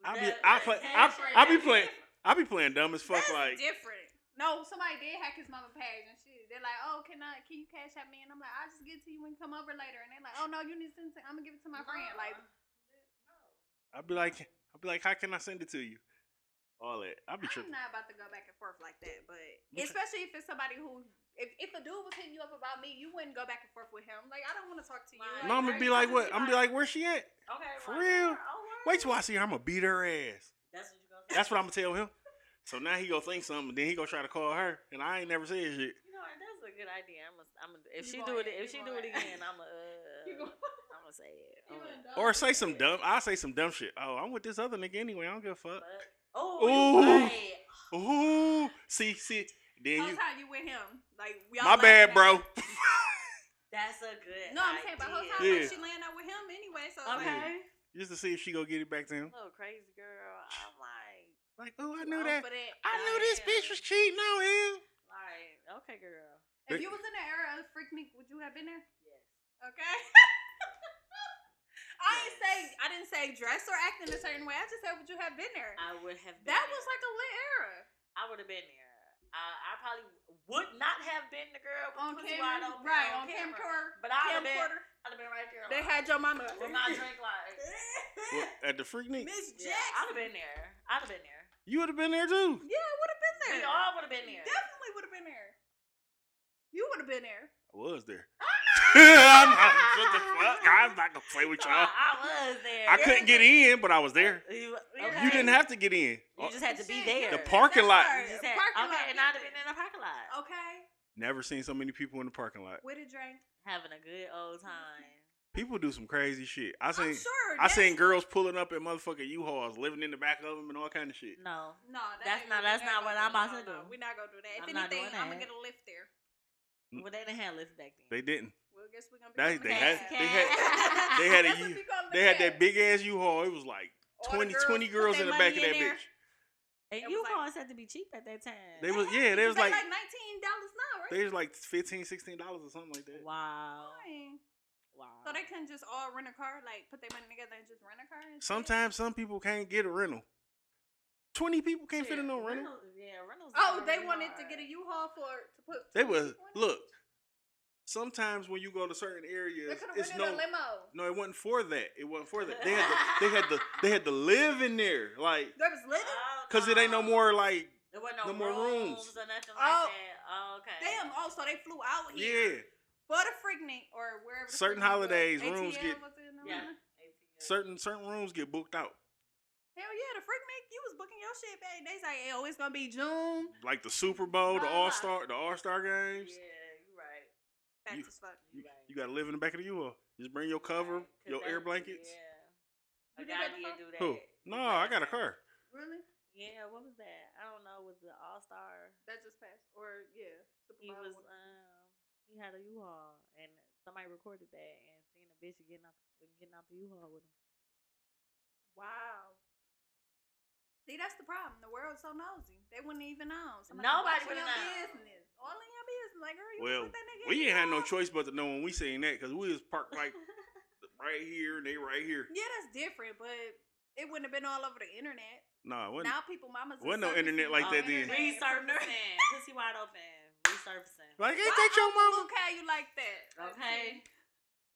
S2: I be-
S3: That-
S2: I play-
S3: that's
S2: I- I be
S3: different.
S2: playing- I be playing dumb as fuck.
S1: That's
S2: like
S1: different. No, somebody did hack his mama page and shit. They're like, oh, can I? Can you cash at me? And I'm like, I'll just give it to you when you come over later. And they're like, oh no, you need to send. It to, I'm gonna give it to my friend. Like,
S3: Uh-huh.
S2: I'd be like, I'd be like, how can I send it to you? All that. I'd be
S1: I'm (laughs)
S2: tripping.
S1: not about to go back and forth like that. But
S2: Which-
S1: especially if it's somebody who, if, if a dude was hitting you up about me, you wouldn't go back and forth with him. Like, I don't want to talk to you. Like,
S3: Right.
S2: No, I'm
S1: I
S2: gonna be
S1: just
S2: like,
S1: wanna
S2: what? I'm gonna be like, where she at?
S3: Okay.
S2: For
S3: well,
S2: real?
S3: all right.
S2: Wait till I see her. I'm gonna beat her ass.
S3: That's what you gonna say.
S2: That's what I'm gonna tell him. So now he gonna think something, then he gonna try to call her, and I ain't never said shit.
S3: You know, what, that's a good idea. I'm. A, I'm. A, if
S1: You
S3: she
S1: gonna
S3: do it,
S1: add- you
S3: if she do
S1: gonna
S3: it
S1: add-
S3: (laughs) again, I'm. A, uh,
S1: (laughs) You gonna-
S3: I'm gonna say (laughs) it.
S1: you
S3: I'm a-
S1: wouldn't
S2: Or
S1: dog
S2: say
S1: it.
S2: some dumb. I say some dumb shit. Oh, I'm with this other nigga anyway. I don't give a fuck.
S3: But, oh, you
S2: Ooh. Ooh,
S3: right.
S2: see, see. Then
S1: Whole
S2: you,
S1: time you with him. Like, y'all
S2: my
S1: laughing
S2: bad,
S1: at
S2: bro.
S1: him.
S3: That's a good.
S1: No, I'm saying, but whole time like,
S2: Yeah.
S1: she laying out with him anyway. So,
S2: Yeah.
S1: okay.
S3: Okay.
S2: (laughs) Just to see if she gonna get it back to him.
S3: Little crazy girl. I'm like.
S2: Like, oh, I
S1: Well,
S2: knew that.
S1: for that.
S2: I knew this bitch was cheating on him.
S3: Like, okay, girl.
S1: If you was in the era of Freak Me, would you have been there?
S3: Yes.
S1: Okay. (laughs) I didn't say I didn't say dress or act in a certain way. I just said would you have been there?
S3: I would have. Been
S1: That
S3: there.
S1: was like a lit era.
S3: I would have been there. I, I probably would not have been the girl with
S1: On
S3: the pussy wide
S1: camera,
S3: open
S1: right?
S3: on
S1: On camcorder.
S3: But I would have been.
S1: Camcorder.
S3: I'd have been right there.
S1: They
S3: like,
S1: had your mama.
S3: with my drink like.
S2: What, at the freak night,
S1: (laughs) Miss
S3: Yeah, I'd have
S1: Jackson.
S3: been there. I'd have been there.
S2: you would have been there too.
S1: Yeah, I would have been there.
S3: We all would have been there.
S1: Definitely would have been there. You would have been there.
S2: I was there. (laughs) I'm not, what the fuck? I'm not gonna play with
S3: So
S2: y'all.
S3: I, I was there.
S2: I couldn't get in, but I was there.
S3: You,
S2: You didn't have to get in. Uh,
S3: You just had to be
S1: Shit,
S3: there.
S1: yeah.
S2: The parking
S1: That's
S2: lot.
S1: right.
S3: You just had,
S1: Parking
S3: okay,
S1: lot.
S3: and I'd have been in the parking lot,
S1: Okay.
S2: Never seen so many people in the parking lot.
S1: With a drink.
S3: having a good old time.
S2: People do some crazy shit.
S1: I'm
S2: I seen
S1: sure.
S2: I
S1: that-
S2: seen girls pulling up at motherfucking U-Hauls, living in the back of them and all kind of shit.
S1: Mm.
S3: No,
S1: No, that
S3: That's
S1: ain't
S3: not-
S1: gonna-
S3: that's
S1: that ain't
S3: not what
S1: gonna
S3: I'm about
S1: no,
S3: to
S1: no,
S3: do.
S1: We're not gonna do that. If
S3: I'm not doing
S1: anything, I'm gonna
S3: that.
S1: get a lift there.
S2: Mm.
S3: well they didn't have lift back then.
S2: They didn't.
S1: Well, guess we're gonna be.
S2: They-
S1: going
S2: they
S1: to
S2: had-
S1: cab.
S2: they had- they
S1: (laughs)
S2: had a
S1: Guess
S2: U-
S1: what we going to
S2: They had
S1: cab.
S2: that big ass U-Haul. It was like
S1: All the
S2: 20, 20 girls
S1: put
S2: in
S1: their
S2: the back of
S1: money
S2: that
S1: in there.
S2: bitch.
S3: and
S1: it was
S3: you
S1: like-
S3: cars had to be cheap at that time.
S2: They was
S1: (laughs)
S2: yeah, they was
S1: They
S2: like
S1: nineteen dollars now, right?
S2: they was like 15 dollars or something like that.
S3: wow,
S1: Fine.
S3: wow.
S1: So they couldn't just all rent a car, like put their money together and just rent a car. and shit?
S2: Sometimes some people can't get a rental. 20 people can't fit in no
S3: Shit,
S2: rental.
S3: Yeah, rentals.
S1: Oh,
S3: are
S1: they
S3: really
S1: wanted to
S3: hard.
S1: get a U-Haul for to put.
S2: They
S1: two
S2: was
S1: people in it?
S2: look. Sometimes when you go to certain
S1: They
S2: areas,
S1: could have
S2: it's
S1: rented
S2: no
S1: a limo.
S2: No, it wasn't for that. It wasn't for that. They had to, they had to, they had to live in there, like,
S1: There was living.
S3: Oh,
S2: cause it ain't no more like,
S3: There wasn't no,
S2: no more
S3: rooms.
S2: rooms.
S3: or nothing
S1: Oh.
S3: like that. Oh, okay.
S1: Damn. Oh, so they flew out here
S2: yeah.
S1: for the Freaknik or wherever. the
S2: Certain
S1: Freaknik was.
S2: holidays,
S1: ATL
S2: rooms get-
S1: was in
S3: Yeah.
S1: Atlanta?
S2: Certain certain rooms get booked out,
S1: Hell yeah, the freak Nick, you was booking your shit back. They say, oh, it's gonna be June.
S2: like the Super Bowl, the
S1: Nah.
S2: All Star, the All Star
S3: Yeah,
S2: games.
S3: you right.
S1: That's
S2: You-
S1: as fuck.
S2: You,
S3: You right.
S2: you gotta live in the back of the U-Haul. Just bring your cover,
S3: Right, 'cause
S2: your
S3: that-
S2: air blankets.
S3: Yeah.
S1: You
S3: A
S1: did
S3: guy
S1: that
S3: did
S1: before?
S3: do that.
S2: Who? No, I got a car.
S1: Really?
S3: Yeah, what was that? I don't know. Was the All Star?
S1: That just passed. Or yeah, Super
S3: He
S1: Bowl
S3: was.
S1: one.
S3: Um, he had a U-Haul, and somebody recorded that and seeing a bitch getting out, getting out the U-Haul with him.
S1: wow. See, that's the problem. The world's so nosy. They wouldn't even know.
S3: Nobody
S1: watching
S3: would've
S1: your
S3: known.
S1: business. All in your business. Like, girl, you
S2: Well,
S1: put that nigga in
S2: We
S1: your
S2: ain't had no
S1: house?
S2: choice but to know when we seen that, cause we was parked
S3: (laughs)
S2: like right here and they right here.
S1: Yeah, that's different, but it wouldn't have been all over the internet.
S2: Nah, it wasn't.
S1: now people, mamas. is
S2: wasn't no
S1: surfacing
S2: internet like
S1: on
S2: that
S1: the
S2: then.
S1: internet from their-
S3: Oh, Resurfacing, pussy wide open, resurfacing.
S2: Like, ain't
S1: Why
S2: that your
S1: Uncle
S2: mama?
S1: Luke had you like that?
S3: Okay.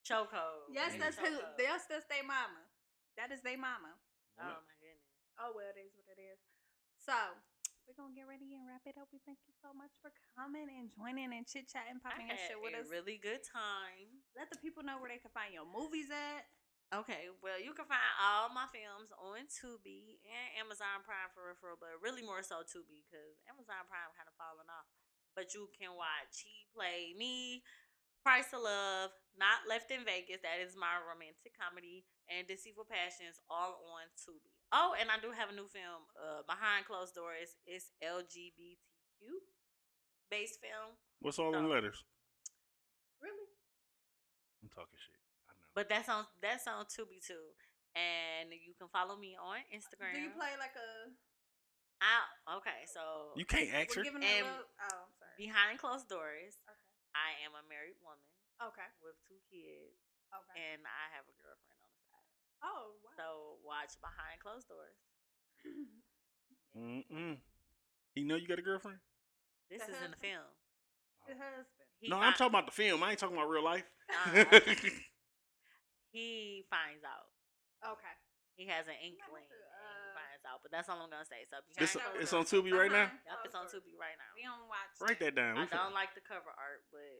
S3: Choco.
S1: Yes,
S2: Yeah.
S1: that's his,
S3: Choco.
S1: yes, that's their mama. That is their mama.
S3: Oh my goodness.
S1: Oh well, it is what it is. So we're gonna get ready and wrap it up. We thank you so much for coming and joining and chit chatting,
S3: I
S1: popping
S3: had
S1: your shit with
S3: a
S1: us.
S3: really good time.
S1: Let the people know where they can find your movies at.
S3: Okay, well, you can find all my films on Tubi and Amazon Prime for referral, but really more so Tubi because Amazon Prime kind of falling off. But you can watch He Play Me, Price of Love, Not Left in Vegas. That is my romantic comedy and Deceitful Passions all on Tubi. Oh, and I do have a new film, uh, Behind Closed Doors. It's LGBTQ based film.
S2: What's all in
S3: No.
S2: letters?
S1: Really?
S2: I'm talking shit. I know.
S3: But that's on that's on Tubi too. And you can follow me on Instagram.
S1: Do you play like a?
S3: I, okay, so
S2: you can't ask her.
S1: We're giving a
S3: And-
S1: love. Oh, I'm sorry.
S3: behind closed doors,
S1: Okay.
S3: I am a married woman
S1: Okay.
S3: with two kids,
S1: Okay.
S3: and I have a girlfriend on the side.
S1: oh (clears throat) wow.
S3: So watch behind closed doors.
S2: Mm-mm. You know you got a girlfriend?
S3: This
S1: The
S2: (laughs)
S3: is in the
S1: husband.
S3: film.
S1: The
S2: Oh.
S1: husband.
S3: He
S2: no, I'm
S3: fin-
S2: talking about the film. I ain't talking about real life. (laughs)
S3: Uh-uh. he finds out.
S1: Okay.
S3: He has an
S1: not
S3: inkling.
S1: the,
S3: and he
S1: uh,
S3: finds out. But that's all I'm gonna say. So if you
S2: this,
S1: Kinda
S3: trying to
S2: it's
S1: real.
S2: on Tubi right now.
S1: Uh-huh.
S3: (laughs) Yep, it's on
S1: Oh, sorry.
S3: Tubi right now.
S1: We don't watch.
S2: Write that down.
S3: I
S2: We
S3: don't
S2: finna-
S3: like the cover art, but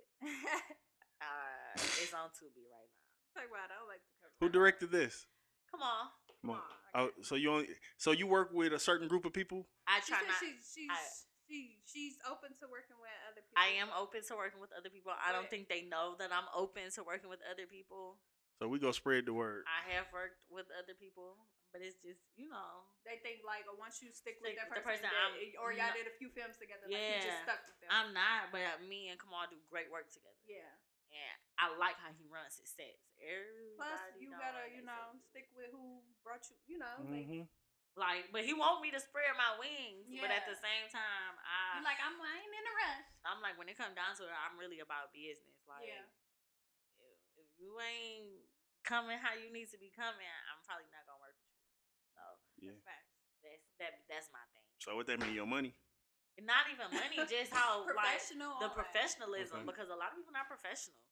S3: uh, it's on Tubi right now.
S1: (laughs) Talk about. it, I don't like the cover.
S2: Who directed this?
S3: Come on.
S2: Come on.
S1: Come on,
S2: Oh, so you only so you work with a certain group of people?
S3: I
S1: She
S3: try
S1: said
S3: not.
S1: she, she's,
S3: I-
S1: she, she's open to working with other people.
S3: I am open to working with other people. I don't
S1: Right.
S3: think they know that I'm open to working with other people.
S2: So we go spread the word.
S3: I have worked with other people, but it's just you know.
S1: They think like oh, once you stick with
S3: Stick
S1: that
S3: with the
S1: person, that-
S3: person, I'm
S1: or y'all
S3: not-
S1: did a few films together, like you just
S3: Yeah.
S1: stuck with them.
S3: I'm not, but me and Kamal do great work together,
S1: yeah.
S3: and I like how he runs his sets.
S1: Plus,
S3: Everybody
S1: you
S3: know
S1: gotta,
S3: how
S1: you
S3: they
S1: know,
S3: set.
S1: stick with who brought you. You know, like
S2: Mhm.
S3: Like, but he want me to spread my wings, but at the
S1: Yeah.
S3: same time, I
S1: you're like I'm, I ain't in a rush.
S3: I'm like when it comes down to it, I'm really about business. Like,
S1: Yeah.
S3: if if you ain't coming how you need to be coming, I'm probably not gonna work with you. So
S2: Yeah.
S1: Facts.
S3: that's that that's my thing.
S2: So what that mean? Your money?
S3: And not even money, just
S1: (laughs)
S3: how Oh, like
S1: professional,
S3: the
S1: all that.
S3: professionalism
S2: Okay.
S3: because a lot of people not professional.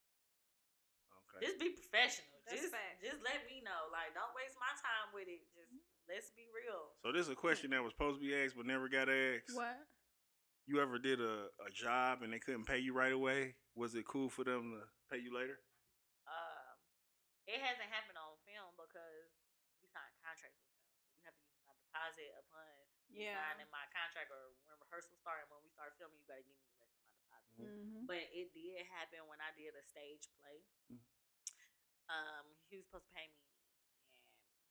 S2: Okay.
S3: Just be professional.
S1: That's
S3: just
S1: facts.
S3: just let me know. Like, don't waste my time with it. Just
S1: Mm-hmm.
S3: let's be real.
S2: So this is a question that was supposed to be asked but never got asked.
S1: What?
S2: You ever did a, a job and they couldn't pay you right away? Was it cool for them to pay you later?
S3: uh, it hasn't happened on film because we signed contracts with film. So you have to give me my deposit upon
S1: Yeah.
S3: signing my contract or when rehearsal start and when we start filming, you gotta give me the rest of my deposit.
S1: Mm-hmm.
S3: But it did happen when I did a stage play.
S2: Mm.
S3: Um, he was supposed to pay me and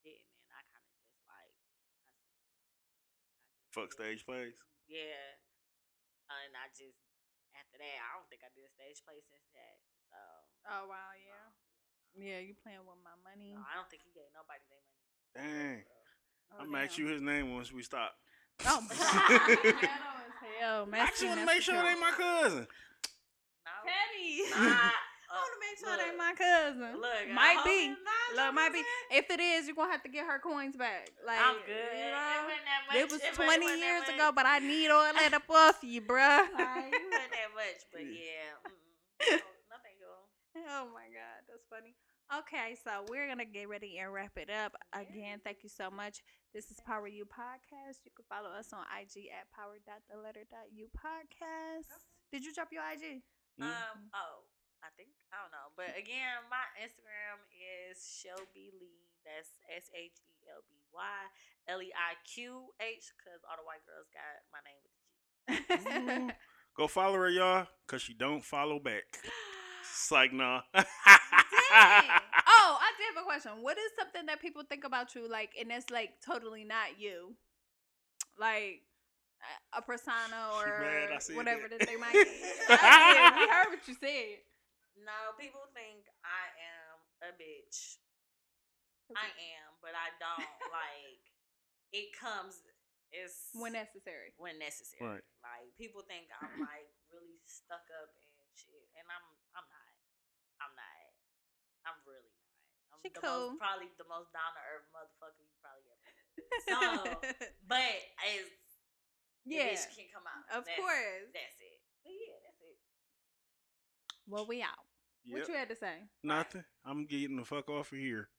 S3: didn't, and I kind of just like, I said,
S2: Fuck stage plays.
S3: yeah. And I just after that, I don't think I did a stage play since that. So
S1: Oh wow, yeah,
S3: um,
S1: yeah. You playing with my money?
S3: no, I don't think he gave nobody their money.
S2: Dang.
S1: Oh,
S2: I'm gonna ask you
S1: damn.
S2: his name once we stop.
S1: Oh, my
S2: (laughs)
S1: God. (laughs) Ghetto
S3: (laughs)
S1: as Oh, hell.
S2: I just
S1: Matthew
S2: want to make sure it ain't my cousin.
S3: No.
S1: Petty.
S3: Nah, uh,
S1: (laughs) I want to make sure they
S3: look,
S1: my cousin.
S3: Look,
S1: Might
S3: I hope
S1: be.
S3: it's not
S1: Look,
S3: your
S1: might be.
S3: cousin.
S1: If it is, you're gonna have to get her coins back. Like
S3: I'm good.
S1: you
S3: It
S1: know?
S3: wasn't that much.
S1: It was
S3: It wasn't
S1: 20
S3: that
S1: years
S3: much.
S1: ago, but I need all that
S3: (laughs)
S1: up off you, bruh.
S3: Like, it wasn't that much, but yeah. Mm-mm. No, thank you.
S1: (laughs) oh my god, that's funny. Okay, so we're gonna get ready and wrap it up.
S3: Yeah.
S1: Again, thank you so much. This is Power You Podcast. You can follow us on IG at power dot the letter dot you podcast. Did you drop your IG?
S2: Mhm.
S3: Um. Oh, I think I don't know, but again, my Instagram is Shelby Lee. That's S H E L B Y L E I Q H. Cause all the white girls got my name with the G.
S2: Ooh. Go follow her, y'all, cause she don't follow back.
S1: (gasps)
S2: Psych, nah. (laughs)
S1: Dang. oh, I did have a question. What is something that people think about you like, and that's like totally not you, like a- a persona
S2: She
S1: or
S2: mad I said
S1: whatever
S2: that.
S1: that, they might.
S2: (laughs)
S1: I did. We heard what you said.
S3: No, people think I am a bitch. I am, but I don't like. It comes. It's
S1: when necessary.
S3: when necessary.
S2: Right.
S3: Like people think I'm like really stuck up and shit, and I'm I'm not. I'm not. I'm really not. I'm
S1: She
S3: the
S1: cool.
S3: most, probably the most down to earth motherfucker you probably ever. met.
S1: (laughs)
S3: So- But it's the
S1: yeah,
S3: bitch can come out.
S1: of
S3: That's-
S1: course.
S3: That's it. But yeah, that's it.
S1: Well, we out.
S2: Yep.
S1: What you had to say?
S2: Nothing. I'm getting the fuck off of here.